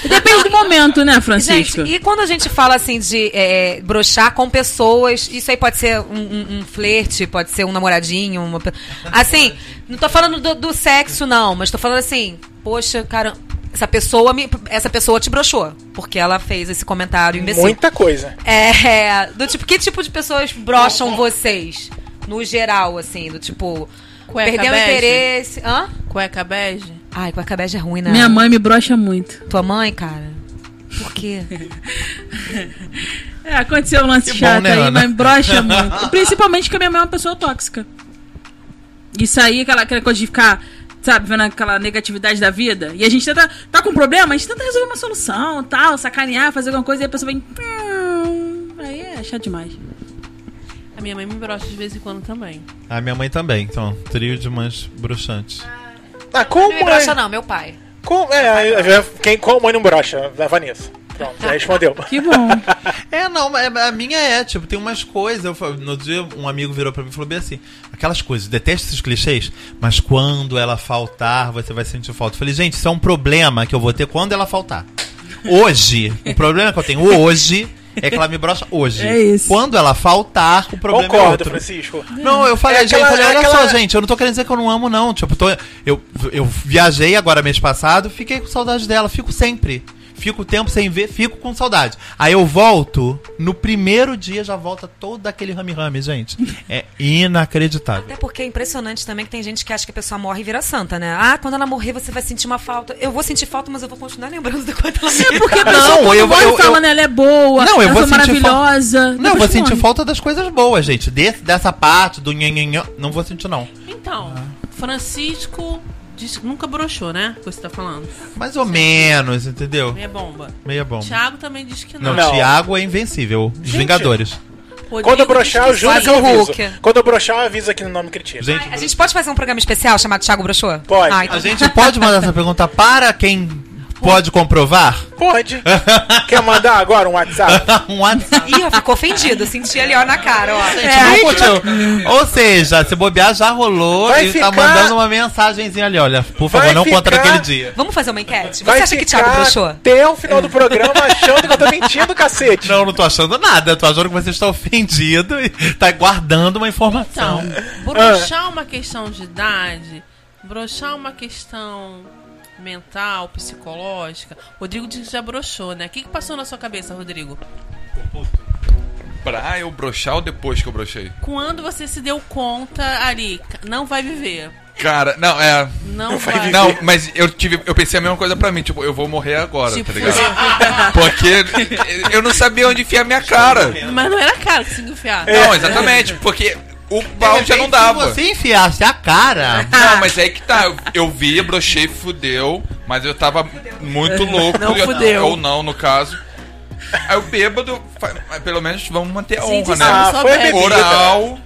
F: Depende do momento, né,
D: Assim,
F: Francisco?
B: Gente, e quando a gente fala assim de é, broxar com pessoas, isso aí pode ser um, um- um flerte, pode ser um namoradinho, uma pe- Assim, não tô falando do, do sexo, não, mas tô falando assim, poxa, cara, Essa pessoa, me, essa pessoa te broxou, porque ela fez esse comentário imbecil.
A: Muita coisa.
B: É, do tipo, que tipo de pessoas brocham vocês? No geral, assim, do tipo,
G: Cueca
B: perdeu o
G: bege?
B: interesse. Hã?
G: Cueca bege?
B: Ai, cueca bege é ruim, né?
F: Minha mãe me brocha muito.
B: Tua mãe, cara? Por quê?
F: É, aconteceu um lance
C: Que bom,
F: chato
C: né,
F: aí,
C: Ana?
F: mas me brocha muito. Principalmente que a minha mãe é uma pessoa tóxica. Isso aí, aquela, aquela coisa de ficar, sabe, vendo aquela negatividade da vida. E a gente tenta. Tá com um problema, a gente tenta resolver uma solução, tal, sacanear, fazer alguma coisa, e a pessoa vem. "Hum", Aí é chato demais.
G: A minha mãe me brocha de vez em quando também.
C: A minha mãe também, então. Trio de mães bruxantes.
A: Ah,
B: Não me
A: como
B: brocha,
A: é?
B: não, meu pai.
A: Como, é, é, quem, qual mãe não brocha? A Vanessa. Pronto, já respondeu.
F: Que bom.
C: É, não, é- a minha é, tipo, tem umas coisas. Eu, fa- no dia, um amigo virou pra mim e falou bem assim: aquelas coisas, detesto esses clichês, mas quando ela faltar, você vai sentir falta. Eu falei, gente, isso é um problema que eu vou ter quando ela faltar. Hoje, o problema que eu tenho hoje é que ela me brocha hoje.
F: É isso.
C: Quando ela faltar, o problema é
A: Concordo,
C: outro.
A: Francisco.
C: Não, eu falei,
A: É
C: gente, eu
A: aquela-
C: falei,
A: é
C: olha
A: aquela-
C: só, gente, eu não tô querendo dizer que eu não amo, não. Tipo, tô- eu, eu viajei agora mês passado, fiquei com saudade dela, fico sempre. Fico o tempo sem ver, fico com saudade. Aí eu volto, no primeiro dia já volta todo aquele rame-rame, gente. É inacreditável.
B: Até porque é impressionante também que tem gente que acha que a pessoa morre e vira santa, né? Ah, quando ela morrer você vai sentir uma falta. Eu vou sentir falta, mas eu vou continuar lembrando da quando ela morrer.
F: Porque
C: Não,
F: não,
C: eu
F: eu
C: vou- eu-
F: vou falando,
C: eu-
F: ela é boa,
C: Não, eu
F: ela
C: vou
F: foi
C: sentir falta-
F: maravilhosa. Tá
C: Não, eu vou
F: Depois
C: sentir
F: some.
C: falta das coisas boas, gente. Desse, dessa parte do nhanhanhã, não vou sentir, não.
G: Então, Francisco diz que nunca broxou, né? Que você tá falando.
C: Mais ou menos, entendeu?
G: Meia bomba.
C: Meia bom.
G: Thiago também diz que não.
C: Não,
A: Não.
C: Thiago é invencível. Os Vingadores.
G: Rodrigo
A: Quando eu
G: diz
A: broxar, eu
G: que
A: juro
G: sim.
A: que eu
B: Faz o
A: aviso.
B: Hulk.
A: Quando eu broxar, eu aviso aqui no nome Critica.
C: Gente,
B: A gente pode fazer um programa especial chamado Thiago Brochô?
A: Pode.
B: Ah,
C: A
B: então
C: gente pode mandar essa pergunta para quem pode comprovar?
A: Pode. Quer mandar agora um WhatsApp?
C: Um WhatsApp.
B: Ih, eu fico ofendido, senti ali, ó, na cara, ó.
C: Não curtiu. Ou seja, se bobear já rolou
A: Vai
C: e
A: ficar-
C: tá mandando uma mensagenzinha ali, olha, por favor,
A: Vai
C: não conta
A: ficar-
C: naquele dia.
B: Vamos fazer uma enquete? Você
A: Vai
B: acha que
A: ficar
B: Thiago broxou?
A: até o final do programa achando que eu tô mentindo, cacete.
C: Não, não tô achando nada. Eu tô achando que você está ofendido e tá guardando uma informação.
G: Então, broxar é uma questão de idade, broxar é uma questão mental, psicológica. Rodrigo diz que já broxou, né? O que, que passou na sua cabeça, Rodrigo?
E: Pra ah, eu broxar ou depois que eu brochei?
G: Quando você se deu conta ali, ca- não vai viver.
E: Cara, não, é.
G: Não, vai.
E: Não, mas eu tive. Eu pensei a mesma coisa pra mim, tipo, eu vou morrer agora,
G: Tipo,
E: tá ligado? [LAUGHS] Porque eu não sabia onde enfiar minha cara.
G: Mas não era cara que se enfiar.
E: Não, exatamente, porque o pau já não
C: Se
E: dava.
C: você enfiasse a cara.
E: Não, mas aí que tá. Eu, eu vi, brochei, fudeu, mas eu tava muito louco.
G: Não
E: eu-
G: fudeu.
E: Ou não, no caso. Aí o bêbado, fa- mas pelo menos vamos manter a
G: Gente,
E: honra,
G: isso é
E: né?
G: uma
A: Ah, foi a
G: bebida. né?"
A: bebida.
E: Oral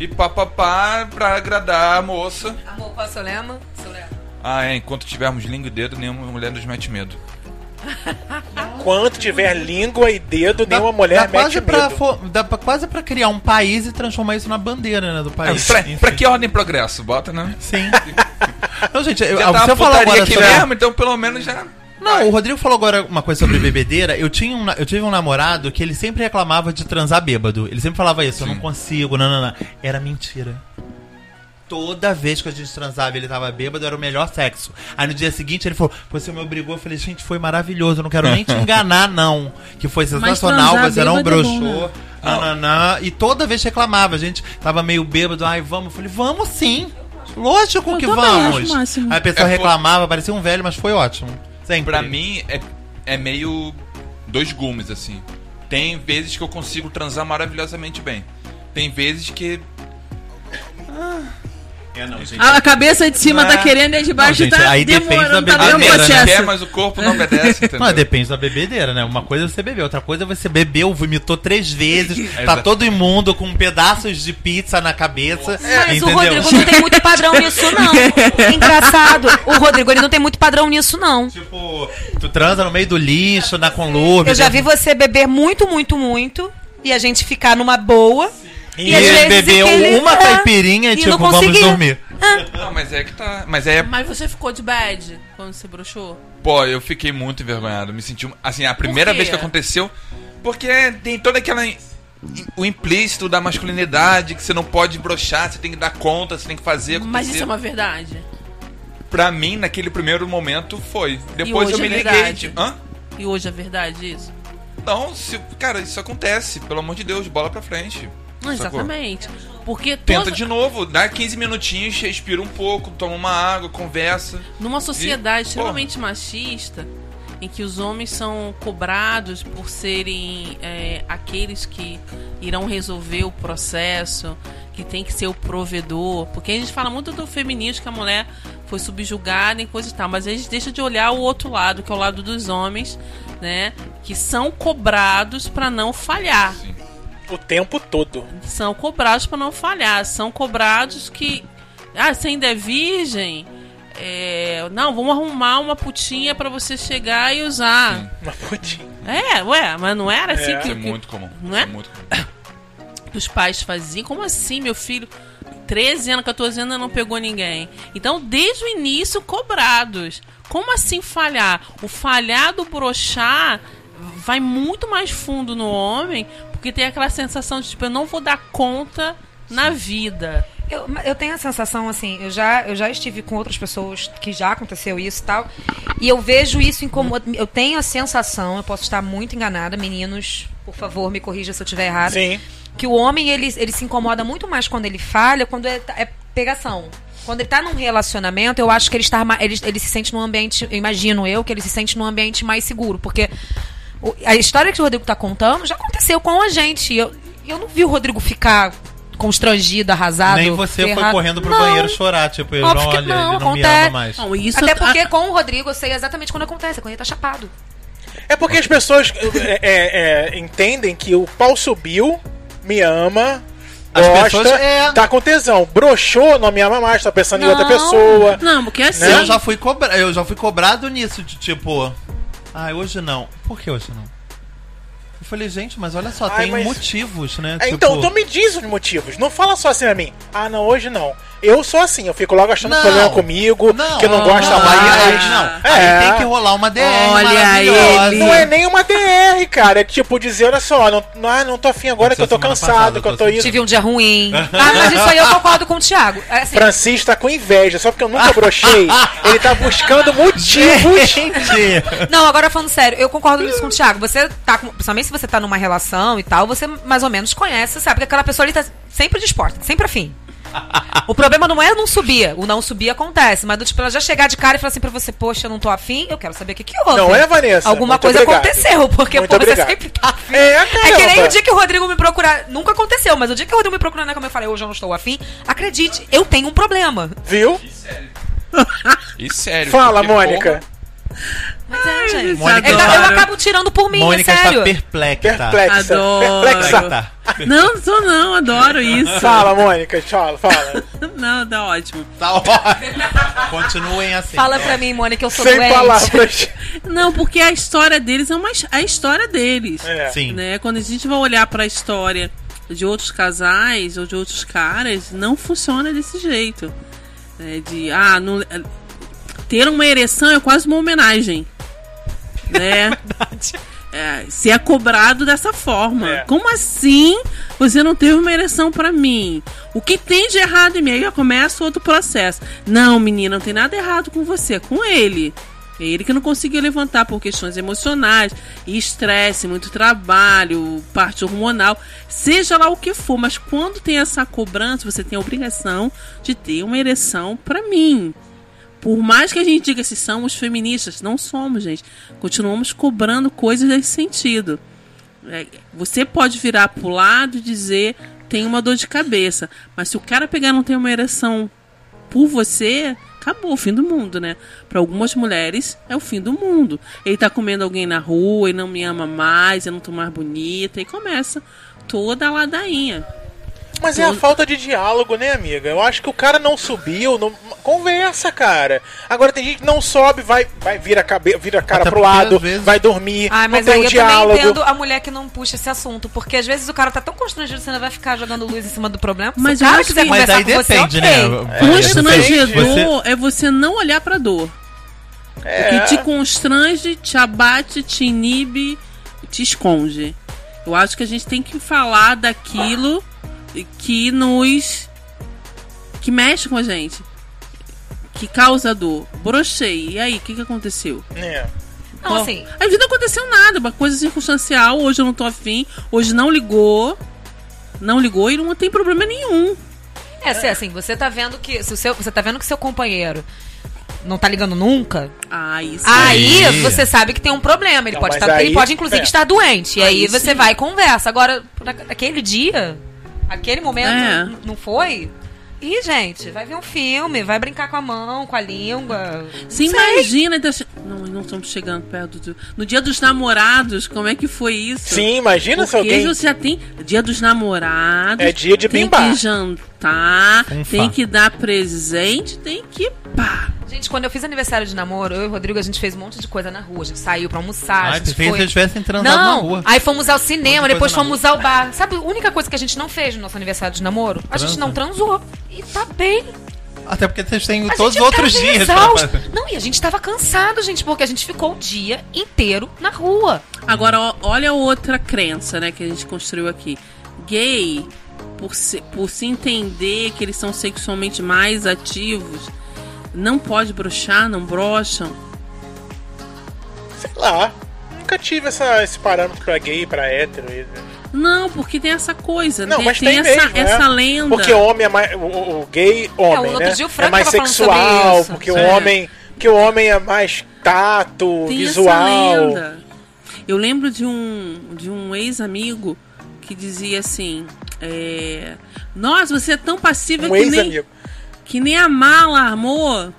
E: e papapá pra agradar a moça.
B: Amor, qual é o seu lema? Seu lema.
E: Ah, é, enquanto tivermos língua e dedo, nenhuma mulher nos mete medo.
A: Enquanto tiver língua e dedo,
C: Dá,
A: nenhuma mulher
C: dá quase
A: mete
C: pra
A: medo.
C: fo- dá pra- quase pra criar um país e transformar isso na bandeira né, do país.
E: É, pra,
C: Enfim.
E: pra que ordem e progresso? Bota, né?
C: Sim. Não, gente, eu,
E: Já tá
C: você
E: uma
C: falar
E: putaria
C: agora
E: aqui
C: sobre-
E: mesmo, então pelo menos já...
C: Não, o Rodrigo falou agora uma coisa sobre bebedeira. Eu, tinha um na- eu tive um namorado que ele sempre reclamava de transar bêbado. Ele sempre falava isso, eu não consigo, não, não, não. Era mentira. Toda vez que a gente transava e ele tava bêbado, era o melhor sexo. Aí no dia seguinte ele falou, você me obrigou. Eu falei, gente, foi maravilhoso, eu não quero nem te enganar, não. Que foi sensacional, um
F: transar
C: você não
F: bêbado é bom,
C: broxou.
F: né?
C: nananã. Ah, E toda vez reclamava, a gente tava meio bêbado, ai, vamos. Eu falei, vamos sim. Lógico
F: Eu
C: que
F: também acho
C: vamos.
F: o máximo.
C: Aí a pessoa
E: É, foi-
C: reclamava, parecia um velho, mas foi ótimo. Sempre.
E: Pra mim, é, é meio dois gumes, assim. Tem vezes que eu consigo transar maravilhosamente bem. Tem vezes que...
C: É, não, gente.
F: A a cabeça de cima
C: Ah.
F: tá querendo e a de baixo
C: gente,
F: tá
C: aí depende
F: demorando,
C: da
F: tá
E: A
F: dando
C: bebedeira, né?
E: mente
F: processo.
E: quer, mas o corpo
C: [LAUGHS]
E: não obedece, entendeu?
C: Mas depende da bebedeira, né? Uma coisa é você beber, outra coisa é você bebeu, vomitou três
E: [LAUGHS]
C: vezes, tá
E: É Exato.
C: todo imundo com pedaços de pizza na cabeça.
B: Mas
C: entendeu?
B: o Rodrigo não tem muito padrão nisso, não. [LAUGHS] Engraçado. O Rodrigo, ele não tem muito padrão nisso, não.
C: Tipo, tu transa no meio do lixo, na conluve.
B: Eu já vi você beber muito, muito, muito. E a gente ficar numa boa.
C: E
B: às
C: ele
B: vezes
C: bebeu
B: que ele-
C: uma
B: é,
C: caipirinha e, tipo,
B: não
C: vamos
B: conseguiu.
C: dormir.
E: Não, mas é que tá... Mas é...
G: Mas você ficou de bad quando você broxou?
E: Pô, eu fiquei muito envergonhado. Me senti. Assim, a primeira
G: Por quê?
E: vez que aconteceu. Porque tem toda aquela. im- O implícito da masculinidade, que você não pode brochar, você tem que dar conta, você tem que fazer.
G: Mas é
E: acontecer.
G: isso é uma verdade.
E: Pra mim, naquele primeiro momento, foi. Depois
G: hoje
E: eu me
G: é
E: liguei.
G: verdade.
E: Tipo, Hã?
G: E hoje é verdade isso?
E: Não, se, cara, isso acontece. Pelo amor de Deus, bola pra frente.
G: Não,
E: sacou?
G: exatamente. Porque
E: Tenta
G: toda,
E: de novo, dá 15 minutinhos, respira um pouco, toma uma água, conversa.
G: numa sociedade
E: E-
G: extremamente machista, em que os homens são cobrados por serem é, aqueles que irão resolver o processo, que tem que ser o provedor. Porque a gente fala muito do feminismo, que a mulher foi subjugada e coisa e tal, mas a gente deixa de olhar o outro lado, que é o lado dos homens, né? Que são cobrados para não falhar.
E: Sim.
A: O tempo todo. [LAUGHS]
G: são cobrados para não falhar. São cobrados que. Ah, você ainda é virgem? É, não, vamos arrumar uma putinha para você chegar e usar.
A: Uma putinha.
G: É, ué, mas não era assim
A: É.
E: Isso
G: que,
E: é
G: que
E: muito comum.
G: Não
E: isso
G: é?
E: é muito comum.
G: os pais faziam? Como assim, meu filho? 13 anos, 14 anos não pegou ninguém. Então, desde o início, cobrados. Como assim falhar? O falhar do brochar vai muito mais fundo no homem, porque tem aquela sensação de tipo, eu não vou dar conta na vida.
B: Eu, eu tenho a sensação, assim, eu já, eu já estive com outras pessoas que já aconteceu isso e tal, e eu vejo isso incomoda. Eu tenho a sensação, eu posso estar muito enganada, meninos, por favor, me corrija se eu estiver errada.
A: Sim.
B: Que o homem, ele, ele se incomoda muito mais quando ele falha, quando é, é pegação. Quando ele tá num relacionamento, eu acho que ele, está, ma- ele, ele se sente num ambiente, eu imagino eu, que ele se sente num ambiente mais seguro, porque o- a história que o Rodrigo tá contando já aconteceu com a gente. Eu, eu não vi o Rodrigo ficar constrangido, arrasado.
C: Nem você foi
B: ferrado.
C: correndo pro
B: Ah, não,
C: banheiro chorar, tipo, ele
B: Óbvio
C: não
B: que
C: olha,
B: não,
C: ele não me
B: acontece.
C: ama mais.
D: Não, isso tá-
B: Até porque com o Rodrigo eu sei exatamente quando acontece, quando ele tá chapado.
A: É porque as pessoas é, é, é, entendem que o pau subiu, me ama,
C: As
A: gosta,
C: pessoas- é.
A: tá com tesão. Broxou, não me ama mais, tá pensando em outra
B: Não.
A: pessoa. Né?
D: Não, porque assim.
C: Eu já fui cobra... eu já fui cobrado nisso, de tipo. Ai, hoje não. Por que hoje não? Eu falei, gente, mas olha só,
A: Ai,
C: tem
A: mas-
C: motivos, né?
A: É,
C: tipo...
A: Então, então me diz os motivos. Não fala só assim pra mim. Ah, não, hoje não. Eu sou assim, eu fico logo achando
C: Não.
A: problema comigo, que não gosta
C: não, aí-
A: mais.
C: Aí, não.
A: É.
C: aí tem que rolar uma DR
D: Olha
C: maravilhosa.
D: ele.
A: Não é nem uma DR, cara. É tipo dizer, olha só, não, não, ah, não tô afim agora que eu tô
C: Aconteceu
A: cansado,
C: semana passada,
A: que eu
C: eu
A: tô
C: é tô
A: isso.
B: Tive um dia
C: [LAUGHS]
B: ruim. Ah, mas isso aí eu concordo com o Thiago. É assim,
A: Francis tá com inveja, só porque eu nunca
C: [LAUGHS]
A: brochei. ele tá buscando motivos.
C: Gente,
B: Não, agora falando sério, eu concordo nisso com o Thiago. Você tá com. Principalmente se você tá numa relação e tal, você mais ou menos conhece, sabe? Que aquela pessoa ali tá sempre disposta, sempre afim. O problema não é não subir. O não subir acontece, mas do tipo, ela já chegar de cara e falar assim pra você, poxa, eu não tô afim, eu quero saber o que, que houve.
A: Não é, Vanessa?
B: Alguma
A: Muito
B: coisa
A: obrigado.
B: aconteceu, porque
A: Muito
B: pô, você
A: obrigado.
B: sempre tá afim.
A: É,
B: É que nem
A: caramba.
B: o dia que o Rodrigo me procurar. Nunca aconteceu, mas o dia que o Rodrigo me procurar, né, como eu falei, hoje eu não estou afim, acredite, eu tenho um problema.
A: Viu?
E: E sério.
A: Fala,
E: porque,
A: Mônica.
B: Mas é, gente.
C: Mônica,
B: É,
F: tá-
D: Adoro.
B: eu acabo tirando por mim,
C: Mônica
B: é sério.
C: está perplexa. Tá,
A: Perplexa.
D: Adoro.
A: Perplexa.
C: Perplexa.
D: Não, não sou não,
A: [LAUGHS]
D: adoro isso.
A: Fala, Mônica. Fala, fala.
D: Não, tá ótimo.
C: Tá ótimo. Continuem assim.
B: Fala pra mim, Mônica, eu sou
A: Sem
B: doente.
A: palavras.
D: Não, porque a história deles é uma his- a história deles.
A: É.
C: Sim.
D: Né? Quando a gente vai olhar pra história de outros casais ou de outros caras, não funciona desse jeito. Né? De ah, não- ter uma ereção é quase
A: [LAUGHS]
D: uma homenagem. Né? É, se é cobrado dessa forma.
A: É.
D: Como assim você não teve uma ereção pra mim? O que tem de errado em mim? Aí já começa outro processo. Não, menina, não tem nada errado com você, é com ele. É ele que não conseguiu levantar por questões emocionais, estresse, muito trabalho, parte hormonal, seja lá o que for. Mas quando tem essa cobrança, você tem a obrigação de ter uma ereção pra mim. Por mais que a gente diga se somos feministas, não somos, gente. Continuamos cobrando coisas nesse sentido. É, Você pode virar pro lado e dizer tem uma dor de cabeça, mas se o cara pegar e não tem uma ereção por você, acabou o fim do mundo, né? Para algumas mulheres é o fim do mundo. Ele tá comendo alguém na rua, ele não me ama mais, eu não tô mais bonita e começa toda a ladainha.
A: Mas é a falta de diálogo, né, amiga? Eu acho que o cara não subiu, não... conversa, cara. Agora tem gente que não sobe, vai, vai vira a cabe... vira a cara
C: Até
A: pro
C: porque,
A: lado,
C: às vezes-
A: vai dormir,
B: Ai, Ah, mas
A: não tem
B: aí
A: um
B: eu
A: diálogo.
B: também entendo a mulher que não puxa esse assunto, porque às vezes o cara tá tão constrangido, você ainda vai ficar jogando luz em cima do problema.
D: Mas
B: Se o
D: eu
B: cara
D: acho
B: quiser
D: que-
C: Mas
B: conversar
C: aí
B: com você,
C: depende,
B: ok.
C: né?
A: É,
D: Constrangedor é você não olhar pra dor. O que te constrange, te abate, te inibe, te esconde. Eu acho que a gente tem que falar daquilo que nos. que mexe com a gente. que causa dor. Brochei. E aí, o que, que aconteceu?
A: É.
B: Não,
D: Ó,
B: assim,
D: Às vezes não aconteceu nada, uma coisa circunstancial. Hoje eu não tô afim, hoje não ligou. Não ligou e não tem problema nenhum.
B: é se- assim, você tá vendo que. Se o seu, você tá vendo que seu companheiro não tá ligando nunca,
D: Ah, isso.
B: aí
C: Aí.
B: você sabe que tem um problema. Ele
A: Não,
B: pode
A: mas
B: estar.
A: aí-
B: ele pode, inclusive,
A: é.
B: estar doente. E aí,
D: Aí
B: você
D: sim.
B: vai e conversa. Agora, pra- aquele dia, aquele momento
D: É.
B: n- não foi? Ih, gente, vai ver um filme, vai brincar com a mão, com a língua.
D: Você
A: é
D: imagina. então, che- Não, não estamos chegando perto do. No dia dos namorados, como é que foi isso?
A: Sim, imagina se
D: Porque
A: alguém.
D: você já tem dia dos namorados.
A: É dia de
D: tem
A: bimbar.
D: que jantar,
C: Um
D: tem
C: fá.
D: que dar presente, tem que pá.
B: Gente, quando eu fiz aniversário de namoro, eu e o Rodrigo, a gente fez um monte de coisa na rua. A gente saiu pra almoçar, a
C: Ai,
B: gente
C: pensei que
B: foi...
C: Ah, vocês estivessem transando na
B: Não,
C: rua.
B: aí fomos ao cinema,
C: Outra
B: depois
C: coisa na
B: fomos ao bar. Sabe, a única coisa que a gente não fez no nosso aniversário de namoro? A gente
C: Transa.
B: não transou. E tá bem.
C: Até porque vocês têm
B: A
C: todos
B: gente
C: os outros
B: tava
C: dias. pra
B: exausto.
C: fazer.
B: Não, e a gente tava cansado, gente, porque a gente ficou o dia inteiro na rua.
D: Agora, ó, olha outra crença, né, que a gente construiu aqui. Gay, por se, por se entender que eles são sexualmente mais ativos, não pode brochar, não brocham.
A: Sei lá. Nunca tive essa, esse parâmetro pra gay, pra hétero. e-
D: Não, porque tem essa coisa,
A: Não,
D: tem,
A: mas
D: tem
A: tem
D: essa,
A: mesmo, né?
D: essa lenda.
A: Porque o homem é mais. O, o- o gay, homem.
B: outro
A: né?
B: dia o Frank
A: é mais
B: tava falando sobre
A: sexual,
B: isso.
A: porque o
D: É.
A: homem. Que o homem é mais tato,
D: Tem essa
A: visual.
D: lenda. Eu lembro de um, de um ex-amigo que dizia assim: é, Nossa, você é tão passiva
A: Um
D: que, nem,
A: ex-amigo.
D: que nem a mala armou.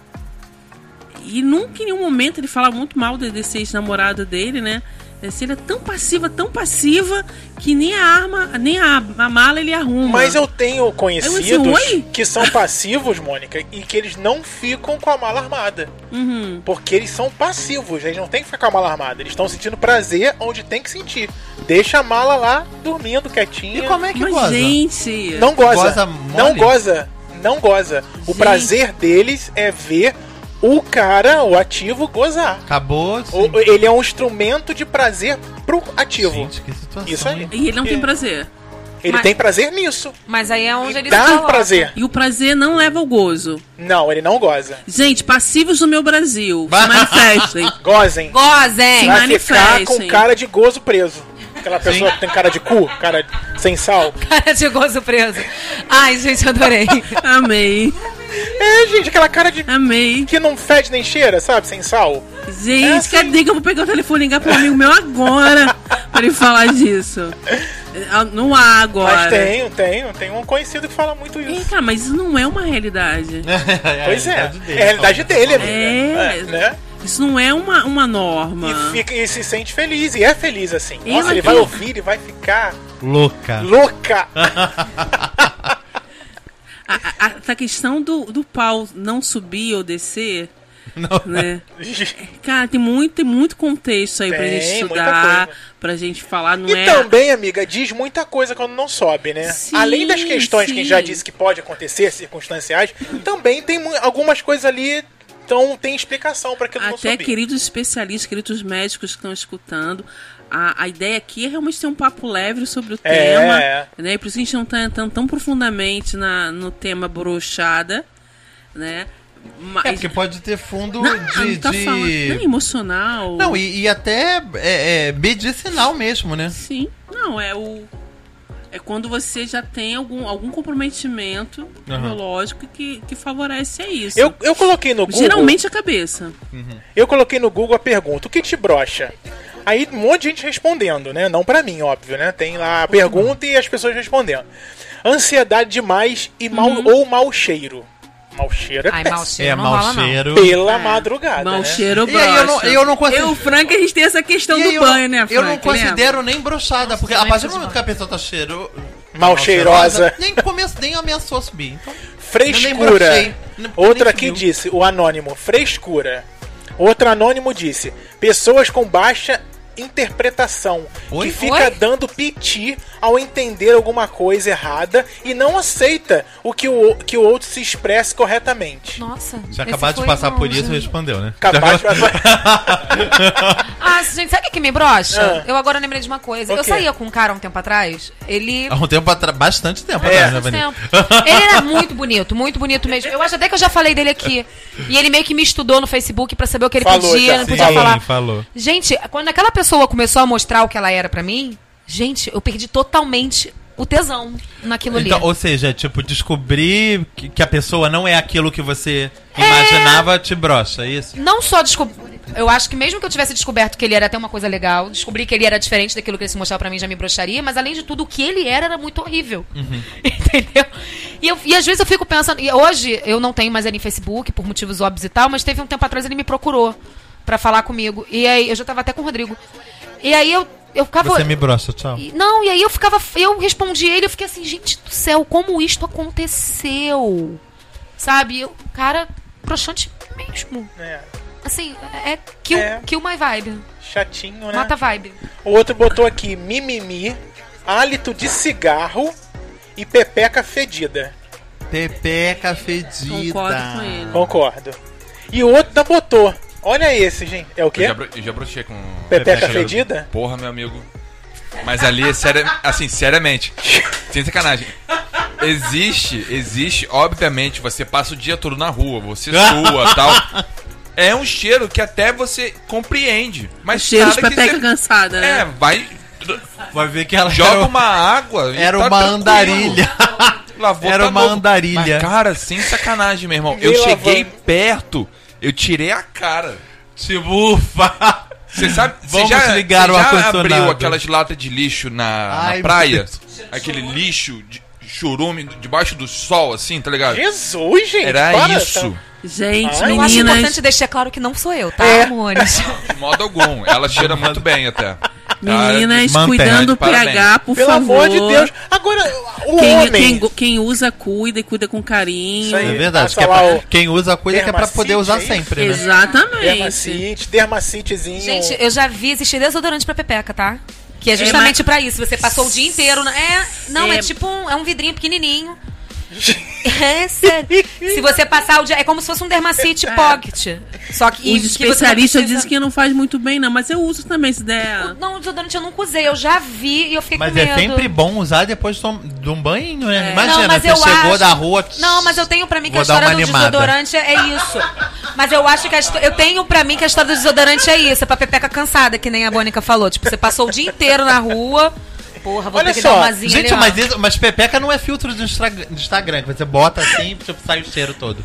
D: E nunca em nenhum momento ele fala muito mal de- desse ex-namorado dele, né? Assim, ele é tão passiva, tão passiva, que nem a arma, nem a, a mala ele arruma.
A: Mas é um eu tenho conhecidos
D: "Oi?"
A: que são passivos, Mônica, e que eles não ficam com a mala armada.
D: Uhum.
A: Porque eles são passivos, eles não têm que ficar com a mala armada. Eles estão sentindo prazer onde tem que sentir. Deixa a mala lá, dormindo,
C: E
A: quietinha.
C: como é que
D: Mas,
C: goza?
D: gente.
A: Não goza.
C: Goza
A: não
C: mole?
A: goza. Não goza. O
D: é? Gente.
A: prazer deles é ver o cara, o ativo, gozar.
C: Acabou. assim.
A: O- ele é um instrumento de prazer pro ativo.
C: Gente, que situação.
A: Isso aí.
D: E ele não tem prazer.
A: Ele
B: Mas-
A: tem prazer nisso.
B: Mas aí é onde eles
A: Dá
B: colocam.
A: prazer.
D: E o prazer não leva ao gozo.
A: Não, ele não goza.
D: Gente, passivos do meu Brasil, se manifestem. [LAUGHS]
A: Gozem.
B: Gozem!
D: Sim.
A: Vai ficar com
D: manifestem.
A: cara de gozo preso. Aquela pessoa que tem cara de cu, cara sem sal.
B: Cara de gozo preso. Ai, gente, eu
A: [LAUGHS]
B: adorei.
D: Amei,
A: É, gente, aquela cara de
D: amei.
A: que não fede nem cheira, sabe? Sem sal.
D: Gente,
A: É assim.
D: cadê que eu vou pegar o telefone e ligar pro amigo meu agora pra ele falar disso? Ah, Não há agora.
A: Mas tenho, tenho, tenho um conhecido que fala muito
D: Vem
A: isso.
D: cá, mas isso não é uma realidade.
A: Pois [LAUGHS] é.
C: dele,
A: é a realidade dele, amiga.
D: É.
A: É, né?
D: Isso não é uma, uma norma.
A: E, fica, e se sente feliz, e é feliz assim.
D: Eu
A: Nossa, ele
D: aqui.
A: vai ouvir e vai ficar
C: Louca.
A: louca. [LAUGHS]
D: A, a- a- essa questão do, do pau não subir
A: [LAUGHS]
D: ou descer, né? Cara, tem muito, tem muito contexto aí pra
A: Tem,
D: gente
A: muita
D: estudar,
A: coisa. Então,
D: pra gente falar, não
A: e
D: é.
A: também, amiga, diz muita coisa quando não sobe, né?
D: Sim,
A: Além das questões que a gente
D: sim.
A: já disse que pode acontecer, circunstanciais, também tem mu- algumas coisas ali. Então tem explicação pra aquilo não
D: Até
A: subir.
D: queridos especialistas, queridos médicos que estão escutando, a, a ideia aqui é realmente ter um papo leve sobre o
A: É,
D: tema.
A: é.
D: Né? E por isso que a gente não está entrando tão profundamente na, no tema brochada, né? Mas.
C: É, porque pode ter fundo
D: não,
C: de.
D: não tá
C: de-
D: falando
G: um
D: nem emocional.
C: Não, e, e até é, é, medicinal mesmo, né?
D: Sim. Não, é o. É quando você já tem algum, algum comprometimento biológico que, que favorece a isso.
A: Eu, eu coloquei no Google.
D: Geralmente a cabeça.
A: Eu coloquei no Google a pergunta: o que te brocha? Aí um monte de gente respondendo, né? Não pra mim, óbvio, né? Tem lá a pergunta e as pessoas respondendo. Ansiedade demais e mal,
D: Uhum.
A: ou mau cheiro. Mau cheiro é
B: Ai,
A: péssimo.
B: mau cheiro.
C: É
B: não
C: mau
B: rola, não.
C: cheiro.
D: É,
A: Pela madrugada,
D: Mal
A: né?
D: cheiro
C: E aí eu não,
D: brocha.
C: eu não consigo.
D: Eu, Frank, a gente tem essa questão
C: E
D: do
C: aí eu não-
D: banho, né, Frank?
C: Eu não
D: Lembra?
C: considero nem brochada, porque a
D: também
C: partir do
D: faz
C: momento que a pessoa tá cheiro.
A: Mal cheirosa.
C: Nem, começo, nem ameaçou a subir. Então, Eu nem
A: Frescura.
C: brochei. Nem-
A: Outro
C: nem
A: aqui
C: subiu.
A: disse, o anônimo, frescura. Outro anônimo disse, pessoas com baixa interpretação,
C: Oi?
A: que fica
B: Oi?
A: dando piti ao entender alguma coisa errada e não aceita o que o, que o outro se expresse corretamente.
B: Nossa.
C: Já
B: esse
C: acabaram de
B: foi
C: passar por
B: longe.
C: isso, respondeu, né?
A: Capaz de...
B: Ah, gente, sabe o que que me brocha? Eu agora lembrei de uma coisa.
A: Ah. O
B: Eu
A: quê?
B: saía com um cara há um tempo atrás, ele.
C: Há um tempo atrás, bastante tempo
A: É.
C: atrás, né,
B: Faz
C: Vanessa?
B: tempo. Ele era muito bonito, muito bonito mesmo. Eu acho até que eu já falei dele aqui. E ele meio que me estudou no Facebook pra saber o que ele
A: Falou
B: podia,
A: já.
B: não
C: Sim,
B: podia falar.
C: falou.
B: Gente, quando aquela pessoa começou a mostrar o que ela era pra mim, gente, eu perdi totalmente o tesão naquilo ali.
C: Então, ou seja, tipo, descobrir que, que a pessoa não é aquilo que você imaginava te brocha, é isso?
B: Não só descobri. Eu acho que mesmo que eu tivesse descoberto que ele era até uma coisa legal, descobri que ele era diferente daquilo que ele se mostrava pra mim já me broxaria, mas além de tudo, o que ele era era muito horrível.
C: Uhum.
B: [LAUGHS] Entendeu? E, eu- e às vezes eu fico pensando. E hoje eu não tenho mais ele em Facebook, por motivos óbvios e tal, mas teve um tempo atrás ele me procurou pra falar comigo. E aí, eu já tava até com o Rodrigo. E aí eu, eu ficava.
C: Você me brocha, tchau.
B: E- Não, e aí eu ficava. Eu respondi ele, eu fiquei assim, gente do céu, como isto aconteceu? Sabe? Eu, cara, broxante mesmo.
A: É,
B: Assim, é kill,
A: É.
B: kill my vibe.
A: chatinho, né?
B: Mata a vibe.
A: O outro botou aqui mimimi, hálito de cigarro e pepeca fedida.
C: Pepeca fedida.
D: Concordo com ele.
A: Concordo. E o outro ainda botou. Olha esse, gente. É o
E: Eu
A: quê?
E: já, bro- eu já brochei com.
A: Pepeca
E: Pepeca
A: fedida?
E: Porra, meu amigo. Mas ali, é sério, assim, seriamente, sem sacanagem. Existe, existe, obviamente, você passa o dia todo na
C: [LAUGHS]
E: rua, você sua tal. É um cheiro que até você compreende. Mas
D: Cheiro de
E: nada que
D: pepeca
E: você-
D: cansada, né?
E: É, vai.
C: Vai ver que ela
E: Joga
C: era, [LAUGHS]
E: uma água. e
C: era
E: tá
C: uma
E: tranquilo.
C: andarilha.
E: Lavou,
C: Era
E: tá
C: uma
E: novo.
C: andarilha.
E: Mas, cara, sem sacanagem, meu irmão.
A: Me
E: Eu cheguei
A: lavando.
E: perto, eu tirei a cara.
C: Tipo, ufa.
E: Você sabe, você
C: Vamos
E: já,
C: ligar
E: você
C: o
E: já
C: ar-condicionado.
E: abriu aquelas latas de lixo na, na
C: Ai, meu
E: praia?
C: Deus.
E: Aquele lixo de churume debaixo do sol, assim, tá ligado?
A: Jesus, gente.
E: Era
A: para,
E: isso.
A: tá-
D: Gente,
A: Ai,
B: Eu acho importante
D: meninas,
B: deixar claro que não sou eu, tá,
A: É.
B: amores?
A: [LAUGHS]
E: De modo algum.
C: [LAUGHS]
E: Ela cheira muito bem até. Tá,
D: meninas,
C: Mantém.
D: cuidando do
E: Parabéns.
D: pH, por
A: Pelo
D: favor.
A: amor de Deus. Agora, o
D: Quem,
A: homem.
D: quem, quem usa, cuida e cuida com
A: Isso
D: carinho.
C: É
A: aí.
C: verdade.
A: Passa
C: que é
A: lá
C: pra-
A: o
C: quem usa a coisa que é pra poder
A: dermacite,
C: usar
A: é isso?
C: sempre, né?
A: É
D: Exatamente.
A: Dermacite, dermacitezinho.
B: Gente, eu já vi existir desodorante pra pepeca, tá? Que é
D: mas-
B: justamente pra isso. Você passou o dia inteiro. na- É, não, é,
D: É.
B: tipo um, é um vidrinho pequenininho. [LAUGHS] É sério. Se você passar o dia. É como se fosse um dermacite
A: É.
B: pocket. Só que.
D: Os
B: que você não
D: especialistas
B: precisa-
D: dizem que não faz muito bem, não, mas eu uso também se der.
B: Não, o desodorante eu nunca usei. Eu já vi e eu fiquei
C: Mas
B: com medo. É.
C: é sempre bom usar depois de tom- de um banho, né?
B: Não,
C: Imagina,
B: mas
C: você
B: eu
C: chegou
B: acho-
C: da rua.
B: Não, mas eu tenho pra mim que
C: Vou
B: a
C: dar
B: história do
C: uma animada.
B: desodorante é isso. Mas eu acho que a, histo- eu tenho pra mim que a história do desodorante é isso, é pra pepeca cansada, que nem a Bônica falou. Tipo, você passou o dia inteiro na rua. Porra, vou
A: Olha
B: ter que
A: só,
B: dar uma zinha
C: Gente,
B: ali, ó.
C: mas, isso- mas pepeca não é filtro do Instra- de Instagram, que você bota assim [LAUGHS] e sai o cheiro todo.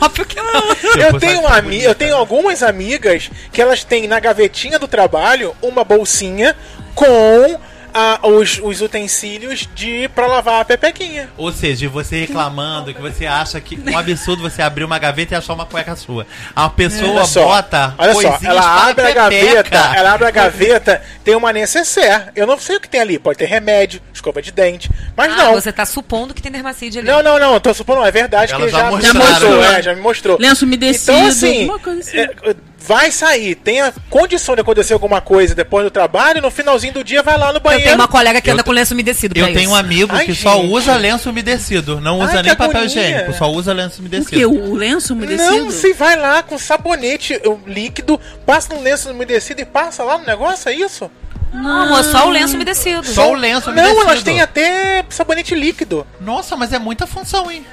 B: Óbvio que não.
A: Eu
C: [LAUGHS] Tipo,
A: tenho, um
C: sabe,
A: uma
C: tá
A: ami-
C: bonito,
A: eu tenho algumas amigas que elas têm na gavetinha do trabalho uma bolsinha com ah, os, os utensílios de para lavar a pepequinha.
C: Ou seja, e você reclamando que você acha que um absurdo você abrir uma gaveta e achar uma cueca sua. A pessoa
A: Olha só,
C: bota
A: olha só,
C: coisinhas
A: ela
C: para
A: abre a
C: pepeca.
A: gaveta, ela abre a gaveta, tem uma necessaire. Eu não sei o que tem ali, pode ter remédio, escova de dente, mas
B: Ah,
A: não.
B: Você tá supondo que tem dermacide ali.
A: Não, não, não, tô supondo, é verdade
C: Ela
A: que
C: já
A: já, me
C: mostraram. né?
A: mostrou, é, já me mostrou.
D: Lenço umedecido,
A: Então, assim,
D: alguma coisa assim.
A: é, vai sair, tem a condição de acontecer alguma coisa depois do trabalho, no finalzinho do dia vai lá no
B: Eu
A: banheiro.
B: tenho uma colega que
C: Eu
B: anda
C: te-
B: com lenço umedecido pra
C: Eu tenho um
B: isso.
C: amigo
A: Ai,
C: que só
A: gente.
C: usa lenço umedecido. Não usa
A: Ai,
C: nem
A: que
C: papel
A: agonia.
C: higiênico, só usa lenço
D: O que?
C: umedecido.
D: O lenço umedecido?
A: Não, você vai lá com sabonete um líquido, passa no lenço umedecido e passa lá no negócio, é isso?
B: Não, amor, só o lenço umedecido.
C: Só o lenço umedecido.
A: Não, elas têm até sabonete líquido.
C: Nossa, mas é muita função, hein?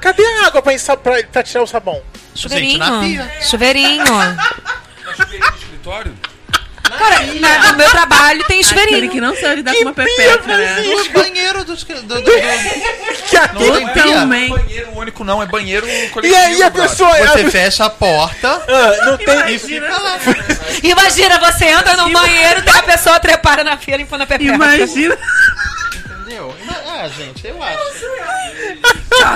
A: Cadê a água pra, ensa- pra- pra tirar o sabão?
C: Gente, na
B: Chuveirinho. [LAUGHS]
C: pia.
B: chuveirinho.
E: escritório?
B: Cara, na- no meu trabalho tem
D: Aquele
B: chuveirinho.
D: que não sabe lidar com uma pepeca, né?
A: [LAUGHS]
C: No banheiro dos... Do, do, do-
A: assim, Que aqui-
C: Não tem pia.
D: Também.
E: Banheiro único não, é banheiro
A: E
E: coletivo.
A: aí a
E: brother.
A: pessoa. a
C: Você
A: pessoa-
C: fecha a porta
A: Ah, não tem.
C: e fica lá.
B: Imagina, você entra no banheiro, tem a pessoa trepada na fila limpando a pepeca.
D: Imagina.
C: Entendeu? Ah, gente, eu acho.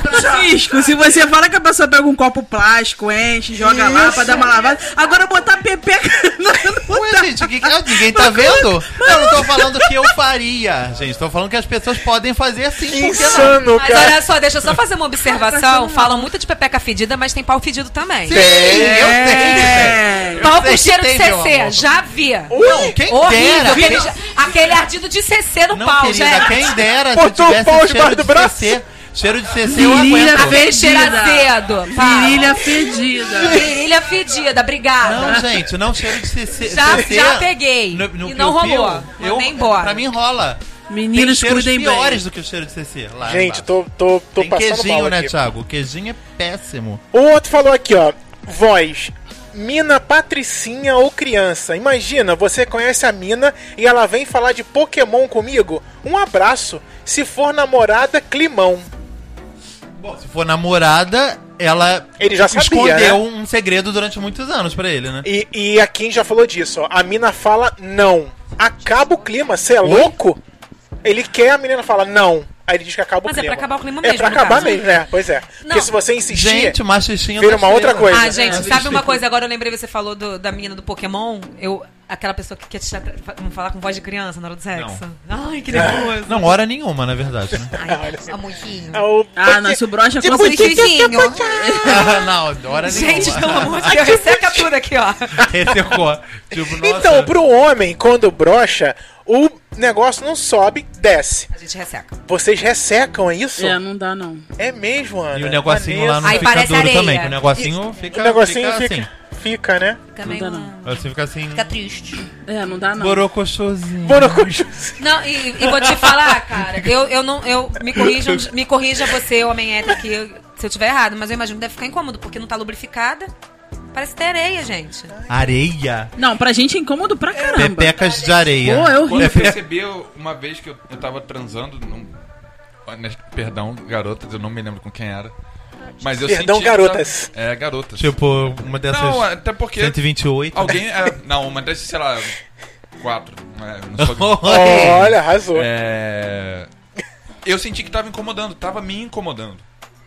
F: Francisco, se você fala que a pessoa pega um copo plástico, enche, joga lá pra dar uma lavada. Agora botar pepeca. [LAUGHS] Não, não
C: Ué,
F: dá.
C: gente, o que que é? Ninguém tá vendo? Eu não tô falando que eu faria, gente. Tô falando que as pessoas podem fazer
A: Que
C: sim, por que não?
A: insano,
B: Mas
A: cara.
B: olha só, deixa eu só fazer uma observação. Falam muito de pepeca fedida, mas tem pau fedido também.
C: Tem, eu
B: é.
C: tenho.
F: É.
B: Pau
C: sei
B: com
C: que
B: cheiro
C: tem,
B: de
C: meu
B: CC,
C: amor.
B: já vi.
C: Não, quem
B: Horrível,
C: dera.
B: aquele, aquele ardido de CC no
C: Não,
B: pau,
C: querida,
B: gente.
C: quem dera se
A: Botou o
C: tivesse
A: pau
C: cheiro
A: debaixo
C: de
A: do braço.
C: CC. Cheiro de CC eu
F: Virilha
C: aguento.
B: Aquele Tá cheiro
F: Fedida.
B: azedo. para.
F: Virilha fedida.
B: Virilha fedida, obrigada.
C: Não, gente, não cheiro de CC.
B: Já-
C: CC
B: já peguei.
C: no- no
B: E não
C: piu-piu,
B: rolou. Mandei embora.
C: Pra mim rola. Tem
D: Meninos,
C: cheiros
D: cuidem
C: piores
D: bem.
C: do que o cheiro de CC. Lá
A: Gente,
C: embaixo.
A: tô, tô, tô
C: Ah, Tem
A: passando mal
C: queijinho, né,
A: aqui.
C: Thiago? O queijinho é péssimo.
A: O outro falou aqui, ó. Voz. Mina Patricinha ou criança. Imagina, você conhece a Mina e ela vem falar de Pokémon comigo? Um abraço. Se for namorada, climão.
C: Bom, se for namorada, ela
A: Ele já sabia,
C: escondeu
A: né?
C: um segredo durante muitos anos pra ele, né?
A: E, e a Kim já falou disso, ó. A mina fala não. Acaba o clima, você é louco? Ele quer, a menina fala não. Aí ele diz que acaba
B: Mas
A: o
B: é
A: clima.
B: pra acabar o clima
A: É
B: mesmo,
A: pra
B: no
A: acabar
B: caso.
A: mesmo, né? Pois é. Porque
B: Não.
A: se você insistir.
C: Gente, tá machistinha.
A: vira
C: da
A: uma outra
C: estrela.
A: coisa.
B: Ah, gente,
C: É,
B: sabe uma
C: gente.
B: coisa? Agora eu lembrei, você falou do- da menina do Pokémon. Eu, aquela pessoa que quer te tra- fa- falar com voz de criança na hora do sexo. Ai, que
C: [LAUGHS]
B: nervoso.
C: Não, hora nenhuma, na verdade, né? [LAUGHS]
B: Ai, amorzinho.
C: É
A: Ah, o-
F: Ah, nosso brocha
B: Nosso bichinho.
C: Ah, não, hora
B: Tá
C: [LAUGHS]
B: Gente,
C: nenhuma.
B: [LAUGHS] pelo amor de Deus, resseca tudo aqui, ó.
C: Ressecou. Tipo, nossa.
A: Então, pro homem, quando brocha, o negócio não sobe, desce.
B: A gente resseca.
A: Vocês ressecam, é isso?
F: É, não dá não.
A: É mesmo, Ana.
C: E o negocinho lá não
B: Aí
C: fica
B: parece
C: duro
B: areia.
C: também. que O negocinho
A: O
C: fica,
A: Um negocinho
C: fica,
A: fica,
C: assim.
A: fica,
C: [LAUGHS]
A: né?
B: Também
F: Não dá,
B: não.
C: Assim fica assim.
B: Fica triste.
F: É, não dá não.
A: [LAUGHS]
C: Borocochosinho. [LAUGHS]
A: Borocochuzinho.
B: Não, e, e vou te falar, cara. Eu, eu não. Eu, me, corrija, me corrija você, homem hétero, que eu- se eu tiver errado, mas eu imagino que deve ficar incômodo, porque não tá lubrificada. Parece ter areia, gente.
C: Areia.
F: Não, pra gente é incômodo pra caramba.
C: Pepecas de areia.
F: Pô, é
E: Quando eu
F: horrível.
E: percebi eu- uma vez que eu, eu tava transando. num- né, Perdão, garotas, eu não me lembro com quem era. Mas eu
A: Perdão,
E: senti que
A: garotas.
E: tava- É, garotas.
C: Tipo, uma dessas.
E: não, até porque.
C: 128. [LAUGHS]
E: Alguém. é, não, uma dessas, sei lá. Quatro. é, não sou-
A: [LAUGHS] Olha, arrasou.
E: É... Eu senti que tava incomodando, tava me incomodando.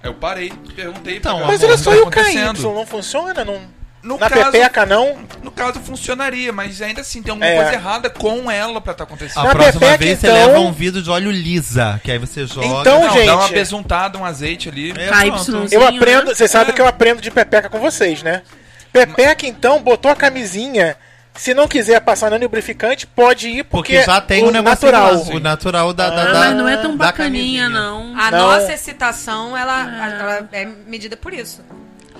E: Eu parei, perguntei
C: Então,
E: pra
A: Mas
E: ela,
A: olha
E: "O que
A: só,
E: tá
A: e o KY?
E: acontecendo?"
A: Não funciona? Não...
E: No
A: Na
E: caso,
A: pepeca, não?
E: no caso funcionaria, mas ainda assim tem alguma
A: É.
E: coisa errada com ela pra estar acontecendo.
C: A
A: Na
C: próxima
A: pepeca,
C: vez você
A: então-
C: leva um vidro de óleo lisa, que aí você joga.
A: Então,
E: não,
A: gente.
E: dá uma besuntada, um azeite ali.
C: É,
F: KY.
C: pronto.
A: Eu
F: Sim,
A: aprendo...
F: né?
A: Vocês sabem que eu aprendo de pepeca com vocês, né? Pepeca, então, botou a camisinha... Se não quiser passar no lubrificante, pode ir porque, é
C: Porque, já tem um o negócio
A: natural.
C: lá, o natural da, da,
F: Ah,
C: da-
F: mas não é tão
C: da
F: bacaninha,
C: camisinha.
F: não.
B: A
A: Não.
B: nossa excitação, ela, ela é medida por isso.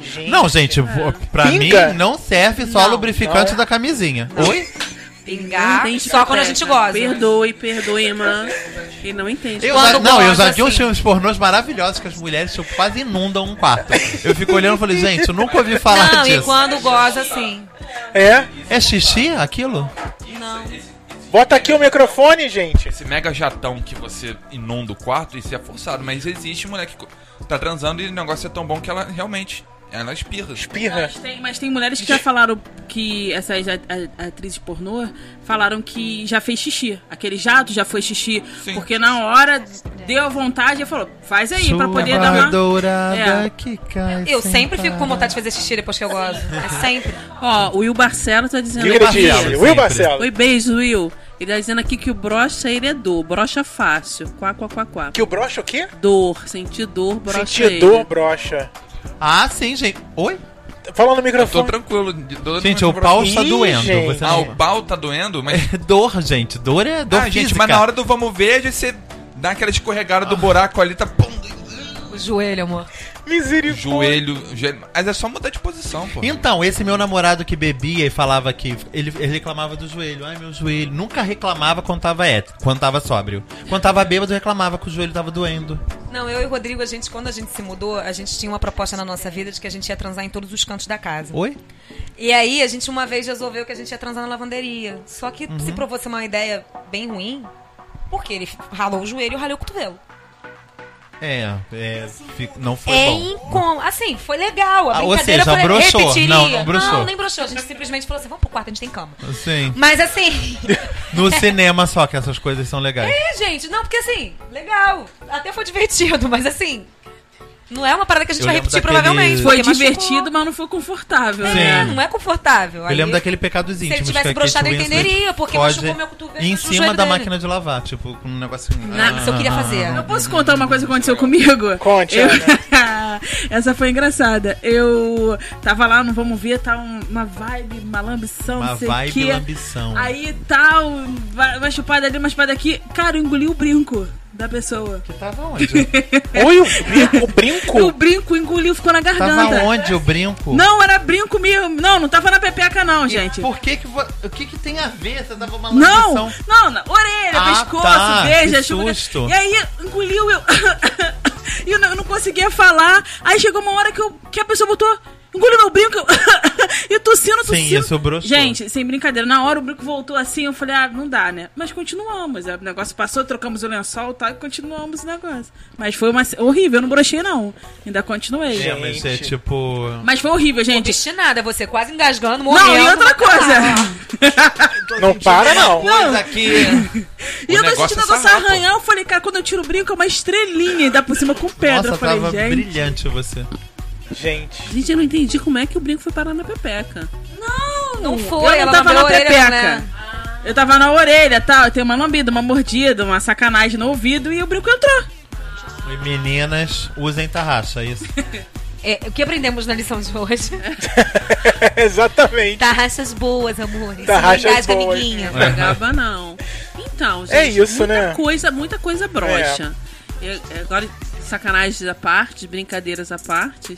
A: Gente,
C: Não,
F: É.
C: gente, vo- pra
A: Pinga?
C: mim não serve só
B: Não,
C: lubrificante
A: não. é?
C: da camisinha. Oi?
B: Pingar
F: Não entende
B: só quando a gente goza.
F: Perdoe, perdoe, irmã. Ele não entende.
C: Eu
B: Quando
C: já- não, eu
B: goza,
C: já vi uns
B: assim.
C: filmes pornôs maravilhosos que as mulheres tipo, quase inundam um quarto. Eu fico olhando e falei, gente, eu nunca ouvi falar
B: Não,
C: disso.
B: e quando goza, sim.
A: É?
C: É xixi aquilo?
B: Não.
A: Bota aqui o microfone, gente.
E: Esse mega jatão que você inunda o quarto, isso é forçado. Mas existe moleque que co- tá transando e o negócio é tão bom que ela realmente, ela espirra.
A: Espirra.
F: Mas tem, mas tem mulheres que já falaram que essas a- a- atrizes pornô falaram que já fez xixi. Aquele jato já foi xixi.
E: Sim.
F: Porque na hora deu a vontade e falou, faz aí, pra poder dar
C: Chuva
F: uma.
C: dourada
F: É.
C: que cai
B: Eu
C: sem
B: sempre fico com
C: parar.
B: vontade de fazer xixi depois que eu gozo. É sempre.
F: Ó, o Will Barcelo tá dizendo
A: Diga ele
F: aqui.
A: disse. Will
C: sempre.
A: Barcelo.
F: Oi, beijo, Will. Ele tá dizendo aqui que o brocha ele é dor, brocha fácil. Quá, quá, quá, quá.
A: Que o brocha o quê?
F: Dor, sentir dor, brocha
A: Sentir
F: ele.
A: dor, brocha.
C: Ah, sim, gente. Oi?
A: Fala no
E: Eu tô
A: microfone.
E: tranquilo. de- dou-
C: Gente, o pau está
A: Ih,
C: doendo.
A: gente.
C: Você
E: Ah,
C: não...
E: o pau tá doendo, mas
C: É dor, gente. Dor é dor
E: ah,
C: física.
E: gente, mas na hora do vamos ver, aí você dá aquela escorregada do buraco ali, tá pum,
B: O joelho, amor.
A: Misericórdia.
E: joelho, joelho. Mas é só mudar de posição, pô.
C: Então, esse meu namorado que bebia e falava que. Ele, ele reclamava do joelho. Ai, meu joelho. Nunca reclamava quando tava hétero, quando tava sóbrio. Quando tava bêbado, reclamava que o joelho tava doendo.
B: Não, eu e o Rodrigo, a gente, quando a gente se mudou, a gente tinha uma proposta na nossa vida de que a gente ia transar em todos os cantos da casa.
C: Oi?
B: E aí, a gente uma vez resolveu que a gente ia transar na lavanderia. Só
C: Uhum.
B: que se provou ser uma ideia bem ruim, porque ele ralou o joelho e eu ralei o cotovelo.
C: É, é fi- não foi
B: é
C: bom.
B: incômodo. Assim, foi legal. A
C: Ah, ou
B: brincadeira
C: seja,
B: foi
C: broxou.
B: repetiria.
C: Não, não broxou.
B: nem broxou. A gente simplesmente falou assim, vamos pro quarto, a gente tem cama.
C: Sim.
B: Mas assim, [LAUGHS]
C: No cinema só que essas coisas são legais.
B: é, gente, não, porque assim, legal. Até foi divertido, mas assim... Não é uma parada que a gente
C: Eu
B: vai
C: lembro
B: repetir,
C: daquele-
B: provavelmente.
D: Foi
B: porque machucou.
D: divertido, mas não foi confortável,
C: Sim.
D: né?
B: É, não é confortável.
C: Eu lembro daquele pecados íntimos.
B: ele tivesse
C: que a Kate
B: broxado, eu
C: Winslet
B: entenderia, porque
C: foge
B: machucou meu cotovelo,
C: Em
B: machucou o
C: cima
B: joelho
C: da
B: dele.
C: máquina de lavar, tipo, com um negócio.
B: Na- isso eu queria
C: Ah.
B: fazer.
D: Eu posso contar uma coisa que aconteceu comigo?
A: Conte,
D: Eu-
A: Ana.
D: [LAUGHS] Essa foi engraçada. Eu tava lá, não vamos ver, tá um- uma vibe, uma lambição,
C: Uma
D: não sei
C: vibe
D: que.
C: lambição.
D: Aí tal, vai- uma chupada ali, uma chupada aqui. Cara, eu engoli o brinco da pessoa.
C: Que tava onde?
B: [LAUGHS]
A: Oi, o brinco, o brinco.
D: O brinco engoliu, ficou na garganta.
C: tava
B: tá.
C: onde o brinco?
D: Não, era brinco mesmo. Não, não tava na pepeca, não, gente.
C: Por que que. vo- O que que tem a ver? Você tava uma
D: Não,
C: lambição.
D: não, na orelha,
C: Ah,
D: pescoço,
C: tá,
D: beija,
C: que
D: chuva.
C: susto.
D: E aí engoliu eu. [LAUGHS] e eu não, eu não conseguia falar. Aí chegou uma hora que, eu, que a pessoa botou. Engoliu meu brinco. [LAUGHS] eu- e tossindo, tossindo.
C: Sim, isso broxou.
D: Gente, sem brincadeira. Na hora o brinco voltou assim, eu falei, ah, não dá, né? Mas continuamos. O negócio passou, trocamos o lençol tá, e continuamos o negócio. Mas foi uma. Horrível, eu não brochei, não. Ainda continuei.
C: É, mas é
A: Gente.
C: tipo.
D: Mas foi horrível, gente.
B: Destinada, você quase engasgando, morrendo.
D: Não, e outra
B: mas-
D: coisa.
A: Não para, não.
C: Coisa aqui.
E: né,
D: E
E: O
D: eu tô
E: negócio
D: sentindo
E: é
D: o negócio
E: sarrar, pô.
D: arranhar. Eu falei, cara, quando eu tiro o brinco é uma estrelinha e dá por cima com pedra.
C: Nossa,
D: eu falei,
C: tava
D: gente.
C: brilhante você.
A: Gente, [LAUGHS]
G: Gente, eu não entendi como é que o brinco foi parar na pepeca.
B: Não
D: Eu
B: foi,
D: não
B: ela
D: tava
B: lambeu
D: na
B: a orelha,
D: pepeca.
B: né?
D: Eu tava na orelha, tal. Eu tenho uma lambida, uma mordida, uma sacanagem no ouvido e o brinco entrou.
C: E meninas, usem tarraxa, isso.
B: É, o que aprendemos na lição de
D: [LAUGHS]
B: hoje? Tá.
A: exatamente.
B: Tarraxas boas, amores.
A: Tarraxas
B: Não engasga,
A: boas.
B: amiguinha.
G: Pagava não. Então, gente,
A: É isso,
G: muita
A: né? É.
G: coisa, muita coisa broxa. Eu- eu- agora, sacanagens à parte, brincadeiras à parte.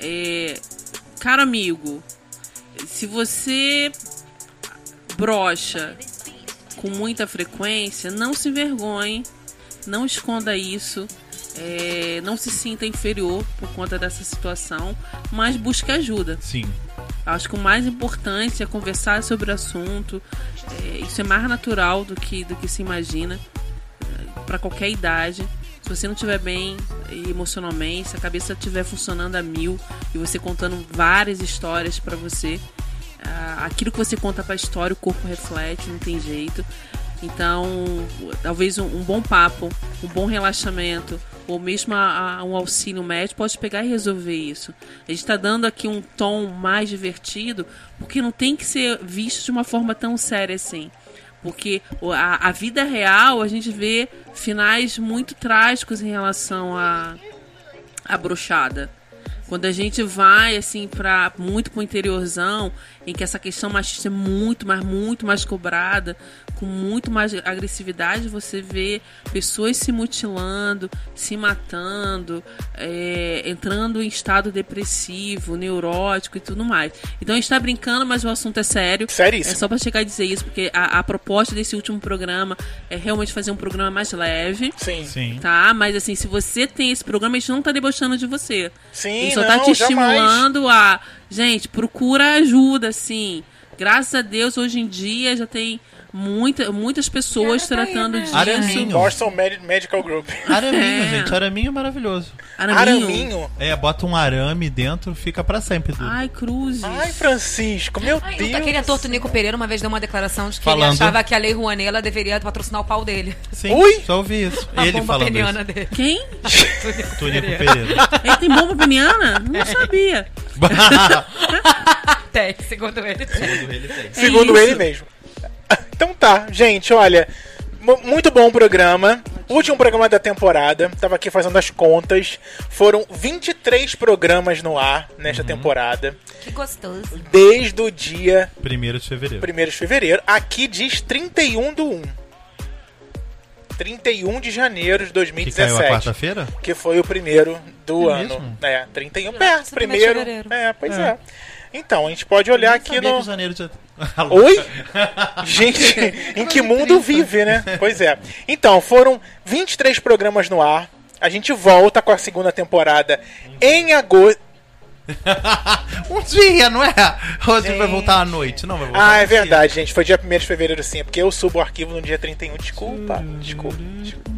G: É, caro amigo, se você brocha com muita frequência, não se envergonhe, não esconda isso. é, não se sinta inferior por conta dessa situação, mas busque ajuda.
C: Sim.
G: Acho que o mais importante é conversar sobre o assunto. É, isso é mais natural do que, do que se imagina para qualquer é idade. Se você não estiver bem emocionalmente, se a cabeça estiver funcionando a mil e você contando várias histórias para você, ah, aquilo que você conta para a história, o corpo reflete, não tem jeito. Então, talvez um, um bom papo, um bom relaxamento, ou mesmo a- a- um auxílio médico pode pegar e resolver isso. A gente está dando aqui um tom mais divertido, porque não tem que ser visto de uma forma tão séria assim. Porque o- a, a vida real a gente vê finais muito trágicos em relação a, a bruxada. Quando a gente vai, assim, pra, muito pro interiorzão, em que essa questão machista é muito, mas muito mais cobrada, com muito mais agressividade, você vê pessoas se mutilando, se matando, é, entrando em estado depressivo, neurótico e tudo mais. Então a gente tá brincando, mas o assunto é sério. É
A: Seríssimo.
G: só pra chegar e dizer isso, porque a, a proposta desse último programa é realmente fazer um programa mais leve,
A: Sim. Sim,
C: Sim.
G: tá? Mas assim, se você tem esse programa, a gente não tá debochando de você. Ele só
A: não,
G: tá te
A: jamais.
G: estimulando a. Gente, procura ajuda, assim. Graças a Deus, hoje em dia já tem muita, muitas pessoas
B: Cara, tá aí,
G: tratando
B: né?
G: disso.
C: Araminho.
A: Boston Med- Medical Group.
C: Araminho,
G: É.
C: gente. Araminho é maravilhoso.
A: Araminho.
C: É, bota um arame dentro, fica pra sempre tudo.
G: Ai, Cruzes.
A: Ai, Francisco, meu
B: Ai,
A: Deus.
B: Aquele ator Tonico Pereira uma vez deu uma declaração de que
C: Falando.
B: ele achava que a Lei Rouanet ela deveria patrocinar o pau dele.
C: Sim,
A: Ui!
C: só ouvi isso.
B: A
C: [LAUGHS] Ele
B: bomba
C: falando
B: peniana
C: isso.
B: dele. [LAUGHS]
G: Quem?
C: Tunico Pereira.
G: Ele tem
C: [LAUGHS]
G: bomba peniana? Não sabia.
B: Até, segundo ele.
A: Segundo
G: É
A: ele
G: isso.
A: mesmo. Então tá, gente, olha. mu- Muito bom o programa. Último programa da temporada. Tava aqui fazendo as contas. Foram 23 programas no ar nesta
C: Uhum.
A: temporada.
B: Que gostoso.
A: Desde o dia
C: Primeiro de fevereiro.
A: 1 de fevereiro. Aqui diz 31 do 1. 31 de janeiro de
C: Que caiu a
A: 2017.
C: quarta-feira?
A: Que foi o primeiro do
C: É
A: ano.
C: mesmo?
A: É, 31.
B: Caraca,
A: Perto,
B: você também é
A: primeiro.
B: fevereiro.
A: É, pois é. Então, a gente pode olhar aqui
C: Sabia
A: no.
C: que janeiro [LAUGHS] já...
A: Oi? Gente, em que mundo vive, né? Pois é. Então, foram 23 programas no ar. A gente volta com a segunda temporada em agosto.
C: Um dia, não é? Hoje vai
A: Gente.
C: voltar à noite. Não, vai voltar
A: Ah, é
C: um dia.
A: verdade, gente. Foi dia 1 de fevereiro, sim. É porque eu subo o arquivo no dia 31. Desculpa, desculpa. desculpa.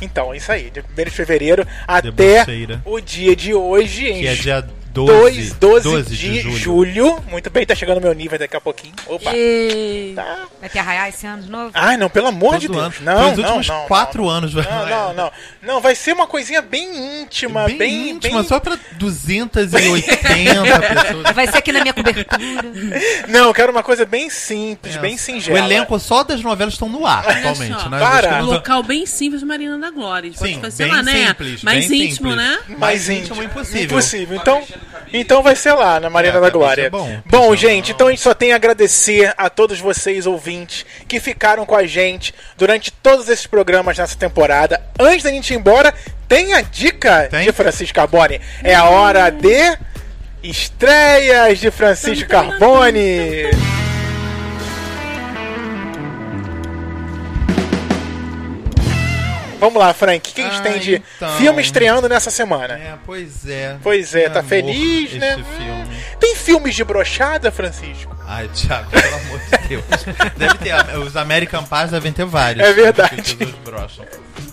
A: Então, é isso aí. Dia 1 de fevereiro até
C: Debocheira.
A: o dia de hoje. em
C: Que é
A: ju-
C: dia
A: 2, 12, de,
C: de julho.
A: julho. Muito bem, tá chegando meu nível daqui a pouquinho. Opa.
F: E...
A: Tá.
B: Vai ter arraiar esse ano de novo?
A: Ai, não, pelo amor
C: Todo
A: de Deus.
C: ano.
A: Não,
C: Pelos
A: não,
C: últimos
A: não,
C: quatro
A: não.
C: anos, vai.
A: Não, não, não. Não, vai ser uma coisinha bem íntima,
C: é? Bem,
A: bem,
C: íntima,
A: bem-
C: só pra
A: [LAUGHS]
C: 280 pessoas.
B: Vai ser aqui na minha cobertura.
A: Não, eu quero uma coisa bem simples, bem
C: É. O
A: singela.
C: elenco só das novelas estão no ar atualmente,
D: só,
C: né?
A: para.
C: Acho
D: Um
C: que não-
D: local bem simples, Marina da Glória. A gente
C: Sim,
D: pode fazer
C: bem
D: lá, né?
C: simples.
D: Mais
C: bem
D: íntimo,
C: simples.
D: né?
A: mais
C: íntimo
A: íntimo.
C: impossível.
A: Então, então vai ser lá, na Marina
C: É,
A: da
C: vai ser
A: Glória.
C: bom.
A: gente, então a gente só tem a agradecer a todos vocês, ouvintes, que ficaram com a gente durante todos esses programas nessa temporada. Antes da gente ir embora, tem a dica
C: Tem?
A: de Francisco Carbone. É a hora de estreias de Francisco Carbone. Vamos lá, Frank. O que a gente
C: Ah,
A: tem de
C: então.
A: filme estreando nessa semana?
C: É, pois é.
A: Pois é, tá
C: Amor,
A: feliz, né?
C: Este filme.
A: Tem filmes de brochada, Francisco?
C: Ai, Thiago, pelo amor de Deus. Deve ter. Os American Pies devem ter vários.
A: É verdade.
C: Porque todos brocham.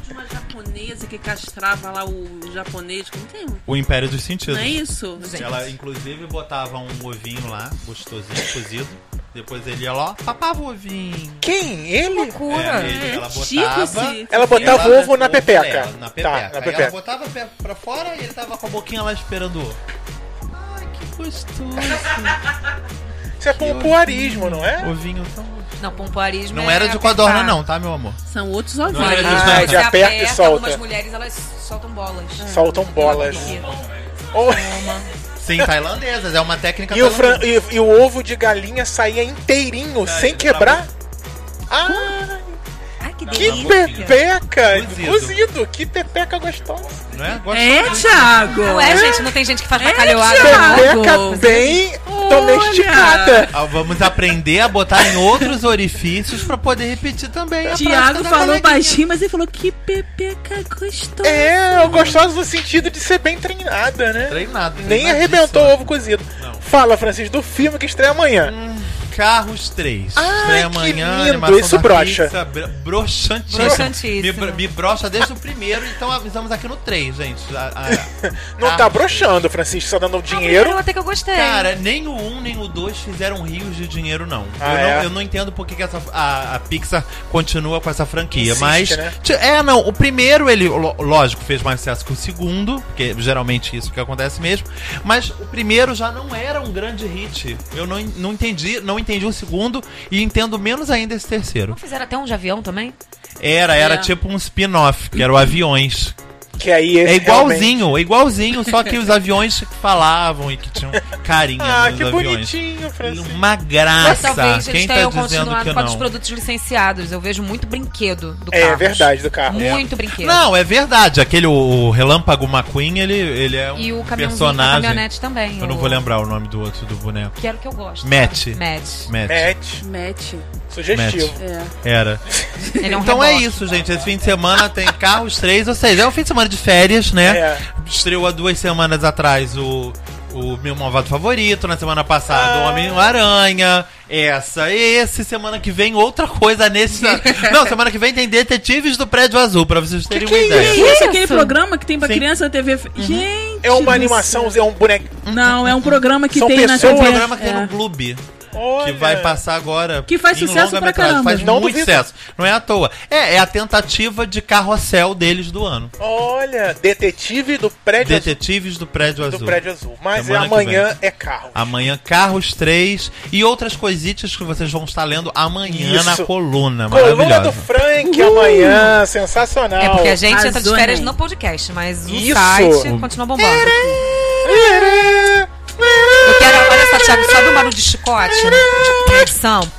D: Uma japonesa que castrava lá o japonês. Não tem?
C: O Império dos Sentidos.
D: Não é isso?
C: Ela, inclusive, botava um ovinho lá, gostosozinho, cozido. Depois ele ia lá, ó, papava o ovinho. É,
A: Quem? Ele?
B: Loucura.
C: ele- ela
D: chique
C: botava.
D: esse-
A: Ela botava
C: Ela-
A: ovo na pepeca.
C: dela, na pepeca.
A: Tá, na
C: Aí
A: pepeca.
C: Ela botava pe- pra fora e ele tava com a boquinha lá esperando o ovo. Ai, que gostoso.
A: Isso é pompoarismo, não é?
C: Ovinho tão gostoso.
B: Não, pompoarismo é
C: Não era de codorna, não, tá, meu amor?
D: São outros
C: Não era
D: ovários.
C: disso,
A: Ah,
C: não.
A: é de aperta e solta.
B: Algumas mulheres, elas soltam bolas.
A: Soltam bolas. Ou-
C: Sim, tailandesas, é uma técnica
A: E o,
C: tailandesa.
A: fran- e- e o ovo de galinha saía inteirinho, sem
C: ele
A: quebrar? Ah,
B: Ai, que
A: que
B: delícia.
A: pepeca!
C: Cozido.
A: Cozido. que pepeca gostosa!
C: Não é? Gosto
D: É, Thiago!
B: Não é, gente? Não tem gente que faz bacalhoada.
D: Thiago!
B: não?
A: Pepeca bem domesticada!
C: Ah, Vamos aprender a botar em outros orifícios pra poder repetir também. a prática
F: Tiago
C: da
F: falou
C: coleguinha.
F: baixinho, mas ele falou que pepeca gostosa.
A: É, gostosa no sentido de ser bem treinada, né?
C: Treinado.
A: Nem
C: treinadíssimo.
A: arrebentou o ovo cozido.
C: Não.
A: Fala, Francisco, do filme que estreia amanhã.
C: Carros 3.
A: Ai,
C: Estreia
A: que
C: amanhã,
A: lindo,
C: animação
A: isso
C: da
A: brocha.
C: Pixar, bro- broxantíssimo.
B: Broxantíssimo.
C: Me, bro- me brocha desde o primeiro, então avisamos aqui no 3, gente. A- a-
A: [LAUGHS] Não
C: Carros
A: tá
C: 3.
A: broxando, Francisco, só dando
B: Ah, primeiro
A: dinheiro.
B: até que eu gostei.
C: Cara, nem o 1 nem o 2 fizeram rios de dinheiro, não.
A: Ah,
C: eu, não
A: é?
C: eu não entendo por que, que essa, a, a Pixar continua com essa franquia.
A: Insiste,
C: mas.
A: né?
C: Ti- É, não. O primeiro, ele, lo- lógico, fez mais sucesso que o segundo, porque geralmente é isso que acontece mesmo. Mas o primeiro já não era um grande hit. Eu não, en- não entendi, não entendi o segundo e entendo menos ainda esse terceiro.
B: Não fizeram até um de avião também?
C: Era, era
D: É.
C: tipo um spin-off, que era o aviões.
A: Que aí esse
C: É
A: realmente-
C: igualzinho, é igualzinho, só que os aviões que falavam e que tinham
A: [LAUGHS]
C: carinha
A: Ah,
C: nos
A: que
C: aviões.
A: bonitinho, Francisco.
C: Uma
B: Mas
C: graça.
B: talvez eles
C: Quem tá
B: tenham
C: dizendo
B: continuado
C: que
B: com a dos
C: não?
B: produtos licenciados. Eu vejo muito brinquedo do carro.
A: É verdade, do carro.
B: Muito brinquedo.
C: Não, é verdade. Aquele o- o Relâmpago McQueen, ele, ele é um
B: E o caminhãozinho da
C: personagem.
B: caminhonete também.
C: Eu não vou lembrar o nome do outro do boneco.
B: Que era o que eu gosto.
C: Matt.
B: Matt.
C: Matt.
F: É.
A: Match,
D: Match.
A: sugestivo.
C: Match.
D: É.
C: Era.
B: Ele é um
C: então é
B: rebote.
C: isso, gente. Esse fim de semana tem Carros 3, ou seja, é um fim de semana de férias, né?
A: É.
C: Estreou há duas semanas atrás o, o Meu Malvado Favorito, na semana passada
F: Ah.
C: o Homem-Aranha, essa, esse, semana que vem outra
F: [LAUGHS]
C: coisa nesse... não, semana que vem tem Detetives do Prédio Azul, pra vocês terem uma ideia.
F: Que é isso? Aquele programa que tem pra
C: Sim. Uhum.
F: criança na TV. Gente!
A: É uma
F: do
A: animação,
F: céu.
A: é um boneco.
F: Não, é um programa que
A: São
F: tem na TV.
A: pessoas,
C: um programa que tem
F: é.
C: no Clube, que
A: Olha.
C: vai passar agora.
F: Que faz
C: em
F: sucesso pra
C: longa-metragem.
F: caramba.
C: Faz
A: Não
C: muito
A: duvido.
C: sucesso. Não é à toa. É, é a tentativa de carrossel deles do ano.
A: Olha, detetive do prédio azul.
C: Detetives do Prédio Azul.
A: É Do prédio azul. Mas
C: Semana que
A: amanhã é carro.
C: Amanhã, Carros 3 e outras coisitas que vocês vão estar lendo amanhã na
A: Isso.
C: coluna.
A: Coluna do
C: Maravilhosa.
A: Frank amanhã, sensacional.
B: É porque a gente entra de
D: Arrasou,
B: férias
D: né?
B: no podcast, mas o
A: Isso.
B: site continua bombando. Eu quero, olha só, Thiago, sobe um barulho de chicote.
A: [LAUGHS]
B: Edição.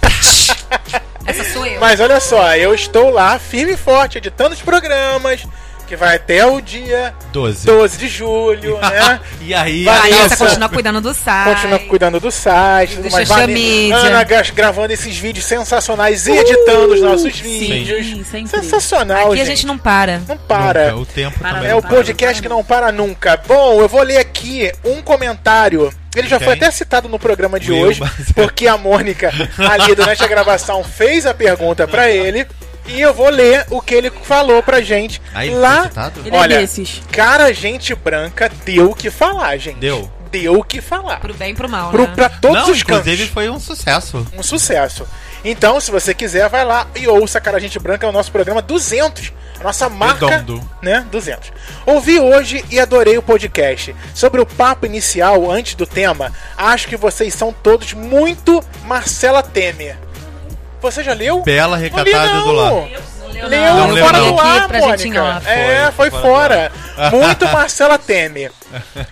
B: Essa sou eu.
A: Mas olha só, eu estou lá firme e forte, editando os programas, que vai até o dia
C: 12.
A: 12 de julho, né?
C: [LAUGHS] E aí,
A: Vai,
B: Aí
A: Vanessa.
B: você continua cuidando do site.
A: Continua cuidando do site,
B: Do
A: tudo mais.
B: social
A: Vane-
B: media.
A: Ana Gas gravando esses vídeos sensacionais e editando os nossos vídeos.
F: sempre.
A: Sensacional,
B: Aqui a gente não para.
A: não para.
C: Nunca, o tempo
D: Para-
C: também.
A: É o podcast que não para nunca. Bom, eu vou ler aqui um comentário. Ele já
C: Quem?
A: foi até citado no programa de
C: Will
A: hoje,
C: Mazzaro.
A: porque a Mônica, ali durante a gravação, fez a pergunta pra ele. E eu vou ler o que ele falou pra gente
C: Aí, tá-
A: lá. é
C: resultado?
F: Ele
A: Olha,
F: é desses.
A: cara, gente branca deu o que falar, gente.
C: Deu.
A: deu o que falar.
B: Pro bem e pro mal,
A: Pro,
B: né?
A: pra todos
C: Não,
A: os cantos.
C: inclusive foi um sucesso.
A: um sucesso. Então, se você quiser, vai lá e ouça Cara Gente Branca, é o nosso programa 200. A nossa marca,
C: Redondo.
A: né? 200. Ouvi hoje e adorei o podcast. Sobre o papo inicial, antes do tema, acho que vocês são todos muito Marcela Temer. Você já leu?
C: Bela recatada
A: não.
C: do lado.
A: Leu
C: Não leu,
A: fora
C: não.
A: do ar,
B: Aqui pra gente
A: Mônica.
B: em off.
A: é, foi, fora.
C: [LAUGHS]
A: Muito Marcela Temer.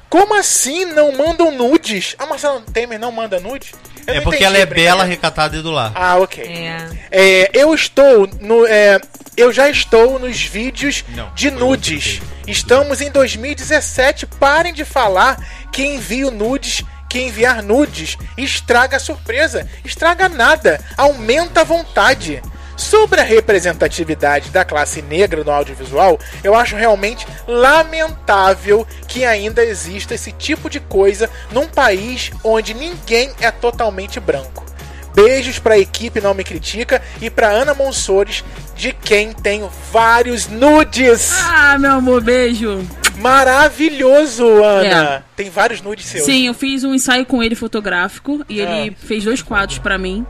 A: Como assim não mandam nudes? A Marcela Temer não manda nude? Eu
C: É
A: não
C: porque
A: entendi
C: ela
A: a
C: é
A: brincadeira.
C: bela, recatada e do lar.
A: Ah, ok.
B: É.
A: É, eu estou no. é, eu já estou nos vídeos
C: Não,
A: de
C: foi outro
A: nudes. Estamos em 2017. Parem de falar que envio nudes, que enviar nudes estraga a surpresa. Estraga nada. Aumenta a vontade. Sobre a representatividade da classe negra no audiovisual, eu acho realmente lamentável que ainda exista esse tipo de coisa num país onde ninguém é totalmente branco. Beijos pra equipe Não Me Critica e pra Ana Monsores, de quem tenho vários nudes.
G: Ah, meu amor, beijo.
A: Maravilhoso, Ana. Tem vários nudes seus.
G: É. Sim, eu fiz um ensaio com ele fotográfico e
A: Ah.
G: ele fez dois quadros pra mim.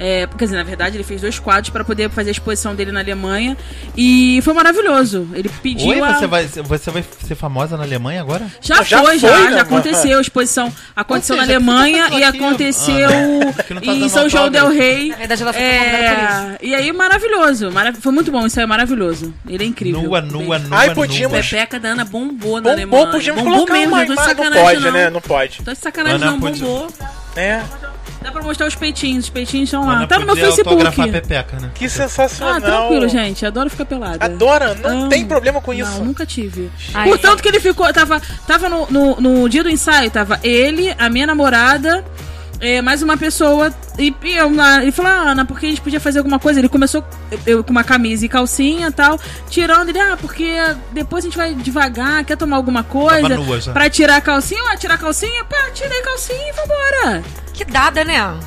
G: É, quer dizer, na verdade, ele fez dois quadros pra poder fazer a exposição dele na Alemanha e foi maravilhoso. Ele pediu
C: Oi,
G: a-
C: você vai, você vai ser famosa na Alemanha agora?
G: Já,
A: Ah, já
G: foi,
A: foi,
G: já,
A: né,
G: já aconteceu a exposição. Aconteceu
C: Ou seja,
G: na Alemanha
C: por que
G: e
C: tá aqui,
G: aconteceu
C: Que não tá
G: em
C: dando
G: São João
C: autógrafo.
G: del Rei.
B: Na verdade, ela foi convidada por
G: É, e aí, maravilhoso. mara- Foi muito bom, isso aí é maravilhoso. Ele é incrível.
C: Nua, nua, nua,
A: Ai, podíamos-
C: nua.
H: Pepeca da Ana bombou na Alemanha.
A: Bombou, podíamos
H: bombou
A: colocar
H: mesmo,
A: uma
H: eu tô de
A: imagem. Não
H: sacanagem,
A: pode,
H: não.
A: né? Não pode.
G: Tô de sacanagem,
C: Ana
G: não,
C: podia-
G: bombou.
A: Né?
G: Dá pra mostrar os peitinhos, os peitinhos estão lá.
C: Ana
G: tá no meu
C: podia
G: Facebook.
C: autografar a pepeca, né?
A: Que
G: Ah,
A: sensacional.
G: tranquilo, gente. Adoro ficar pelada.
A: Adora, não
G: Amo.
A: tem problema com isso.
G: Não, nunca tive.
B: Ai,
G: Portanto, que ele ficou. Tava, tava no, no, no dia do ensaio, tava ele, a minha namorada, eh, mais uma pessoa. E, e eu lá. Ele falou, ah, Ana, porque a gente podia fazer alguma coisa? Ele começou eu, eu com uma camisa e calcinha e tal, tirando ele, ah, porque depois a gente vai devagar, quer tomar alguma coisa.
C: nua já.
G: Pra tirar a calcinha, ah, tirar a calcinha, pá, tirei a calcinha e vambora.
B: Que dada, né?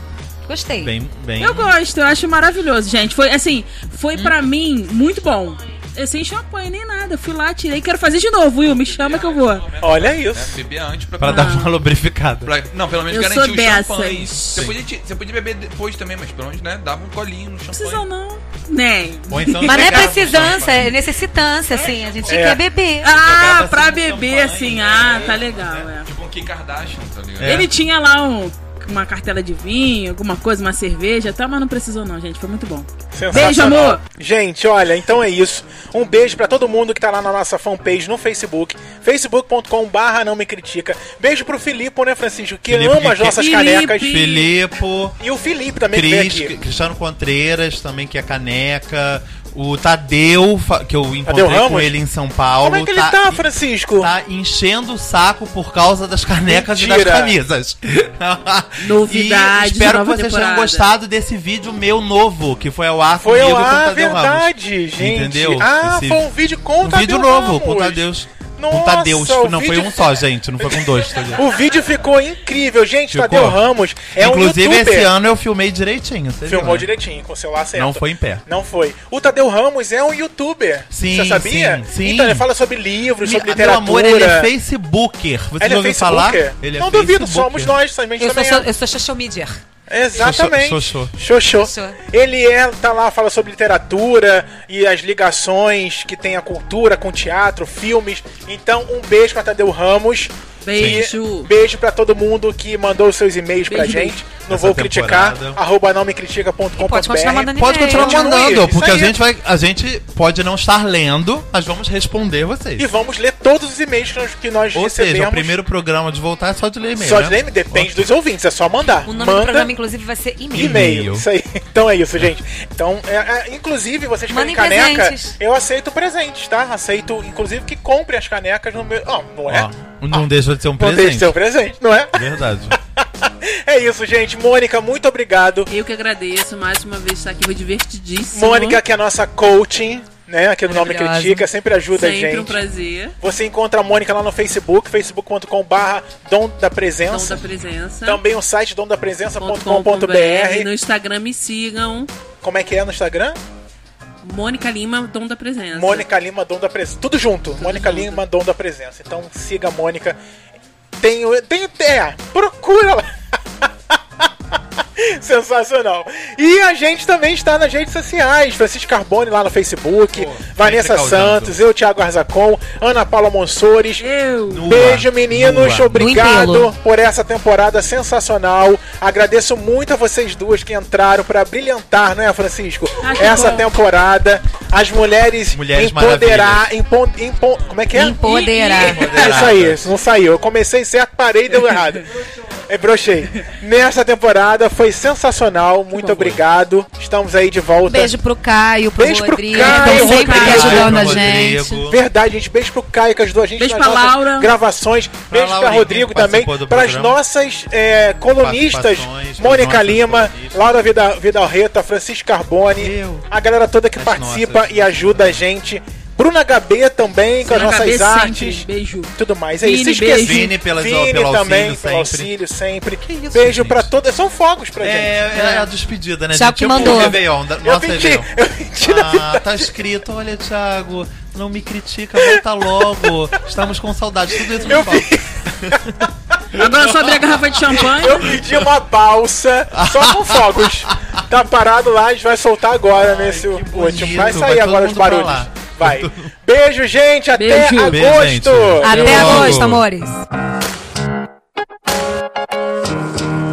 B: Gostei.
C: Bem, bem.
G: Eu gosto, eu acho maravilhoso, gente. Foi assim, foi
C: Hum.
G: pra mim muito bom. Eu sem champanhe nem nada, fui lá, tirei, quero fazer de novo, Will, me chama que eu vou.
A: Olha
E: Né?
A: isso.
E: Beber antes pra... um-
C: Pra dar uma lubrificada.
E: pra- Não, pelo menos
G: Eu
E: garantir
G: sou
E: o champanhe.
G: dessas.
E: Você podia, te- você podia beber depois também, mas pelo menos, né? Dava um colinho no champanhe.
G: Precisa não, nem.
C: Ou então
B: Mas não é
C: pegava um
B: precisância,
C: champanhe.
B: é necessitância, assim. A gente
A: É.
B: quer beber.
G: Ah,
C: assim
G: pra
C: no
G: beber
C: champanhe,
G: assim, ah,
C: né?
G: tá legal, é.
E: Tipo um Kim Kardashian, tá ligado?
C: É.
G: Ele tinha lá um- uma cartela de vinho, alguma coisa, uma cerveja, tá, mas não precisou não, gente, foi muito bom.
A: Sensacional.
G: Beijo, amor.
A: Gente, olha, então é isso. Um beijo pra todo mundo que tá lá na nossa fanpage no Facebook, facebook.com barra não me critica. Beijo pro Filipe, né, Francisco, que
C: Filipe,
A: ama as
C: que-
A: nossas
G: Filipe.
A: canecas.
C: Filipe,
A: E o Felipe também que veio
C: Cris,
A: aqui.
C: Cristiano Contreiras também, que é caneca. O Tadeu, fa- que eu encontrei com
A: Ramos?
C: ele em São Paulo.
A: Como é que ele tá, Francisco?
C: tá enchendo o saco por causa das canecas e
A: Mentira.
C: das camisas.
G: Novidades
C: E espero
G: da
C: que
G: nova
C: vocês tenham
G: temporada.
C: gostado desse vídeo meu novo, que foi ao ar
A: Foi
C: comigo
A: eu,
C: com o
A: ah,
C: Tadeu Ramos.
A: verdade, gente.
C: Entendeu?
A: Ah,
C: Esse-
A: foi um vídeo com o
C: Um
A: Tadeu
C: vídeo novo,
A: Ramos.
C: com o Tadeus. com
A: Nossa,
C: o Tadeus.
A: o
C: Não, foi
A: vídeo- é
C: um só, gente. Não foi com dois, Tadeu.
A: O vídeo ficou incrível, gente.
C: Ficou.
A: Tadeu Ramos é
C: Inclusive,
A: um youtuber.
C: esse ano eu filmei direitinho. você viu,
A: Filmou
C: né?
A: direitinho, com o celular certo.
C: Não foi em pé.
A: Não foi. O Tadeu Ramos é um youtuber.
C: Sim,
A: Você sabia?
C: sim, sim.
A: Então ele fala sobre livros, sobre
C: Meu
A: literatura.
C: amor, ele é Facebooker. Você
A: Ele
C: não
A: é
C: ouviu
A: Facebooker?
C: falar? Ele é
A: não duvido,
C: Facebooker.
A: somos nós, a gente
B: Eu sou,
A: também
B: so-
A: é.
B: eu sou social media.
A: Exatamente.
C: Xoxô,
A: Xoxô.
B: Xoxô.
A: Ele é, tá lá, fala sobre literatura e as ligações que tem a cultura com teatro, filmes. Então, um beijo pra Tadeu Ramos.
G: Beijo.
A: E beijo pra todo mundo que mandou os seus e-mails pra
G: Beijo,
A: gente.
G: beijo.
A: Não
C: Essa
A: vou criticar.
C: temporada.
A: Arroba não me critica.com.br.
B: E pode continuar mandando
C: Pode continuar
A: Continue,
C: mandando,
A: isso
C: porque a
A: aí. é
C: gente vai. A gente pode não estar lendo, mas vamos responder vocês.
A: E vamos ler todos os e-mails que nós- que nós
C: Ou
A: recebemos.
C: seja, o primeiro programa de voltar é só de ler e-mail.
A: Só
C: né?
A: de ler, depende dos ouvintes, é só mandar.
B: O nome do
A: Manda
B: programa, inclusive, vai ser e-mail.
A: e-mail.
C: e-mail.
A: Isso aí. Então é isso, gente. Então, é, é, inclusive, vocês querem
B: Mandem
A: caneca,
B: presentes.
A: eu aceito presentes, tá? Aceito, inclusive, que compre as canecas no meu. Ó, não é?
C: Ó, não deixa de ser um
A: não deixe de
C: presente.
A: ser um presente, não é? [LAUGHS]
C: Verdade.
A: é isso, gente. Mônica, muito obrigado.
H: Eu que agradeço mais uma vez estar aqui, foi divertidíssimo.
A: Mônica, que é a nossa coaching, né? Aqui do Nome
B: Maravilhosa.
A: Critica, sempre ajuda a
H: sempre
A: gente.
H: um prazer.
A: Você encontra a Mônica lá no Facebook, facebook.com/barra Dom da
H: Dom
A: Presença.
H: da presença.
A: Também o site
H: .com.br. No
A: dondapresença.com.br.
H: Instagram me sigam.
A: Como é que é no Instagram?
H: Mônica Lima, Dom da Presença.
A: Mônica Lima, Dom da Presença. Tudo junto. Mônica
H: junto.
A: Lima, Dom da Presença. Então siga a Mônica Tem, o- tem, é, procura lá. [LAUGHS] Sensacional. E a gente também está nas redes sociais. Francisco Carbone lá no Facebook, Vanessa
C: sempre causando.
A: Santos, eu, Thiago Arzacon, Ana Paula Monsores.
F: Eu.
C: Nua,
A: Beijo, meninos.
C: nua.
A: Obrigado
B: Muito.
A: por essa temporada sensacional. Agradeço muito a vocês duas que entraram para brilhantar, não é, Francisco?
F: Ah, que
A: essa
F: bom.
A: temporada, as mulheres,
C: Mulheres
A: empoderar, impon, impon, como é que é?
B: Empoderar.
A: É isso aí, isso não saiu. Eu comecei certo, parei e deu errado. É, brochei. Nessa temporada foi sensacional, muito obrigado. Estamos aí de volta.
B: Um Beijo pro Caio, pro
A: Beijo pro
B: Rodrigo.
A: Caio,
B: Estão sempre aqui
A: Rodrigo.
B: ajudando a
C: Beijo pra
B: gente.
C: Rodrigo.
A: Verdade, gente. Beijo pro Caio que ajudou a gente
F: Beijo
A: nas
F: pra
A: nossas
F: Laura.
A: gravações. Beijo pra,
C: Laurinha,
A: Rodrigo
C: que
A: também.
C: participou do
A: Para as
C: programa.
A: nossas é, colunistas:
C: Participações,
A: Mônica
C: nossas
A: Lima,
C: colunistas.
A: Laura Vida, Vidal Reta, Francisco Carbone.
C: Eu.
A: A galera toda que
C: As
A: participa
C: nossas.
A: e ajuda a gente. Bruna Gabê também, com as
F: Bruna Gabê
A: nossas
F: sempre.
A: artes.
F: Beijo.
A: Tudo mais. É isso.
F: Vini,
A: Esqueci.
F: beijo.
C: Vini pelas- pelo auxílio
A: também,
C: sempre.
A: pelo auxílio sempre.
C: isso,
A: beijo
C: gente?
A: pra todos. São fogos pra gente.
C: É, é a despedida, né,
B: Thiago
C: gente?
B: que
C: Tipo o
B: mandou.
C: Réveillon, da-
A: Eu
C: nosso
A: menti,
C: Réveillon.
A: eu menti na
C: Ah, tá escrito, olha, Thiago, não me critica, volta logo. Estamos com saudade, tudo isso me
A: Eu
C: fala.
F: Agora só abrir a garrafa de champanhe.
A: Eu pedi uma balsa só com
C: [LAUGHS]
A: fogos. Tá parado lá, a gente vai soltar agora nesse
C: bonito.
A: último. Vai
C: Vai
A: sair
C: todo
A: agora os
C: mundo pra
A: barulhos.
C: lá. [LAUGHS]
A: Vai. Beijo, gente. Até
F: Beijo.
A: agosto.
C: Beijo, gente.
B: Até
C: Eu amo.
B: agosto, amores.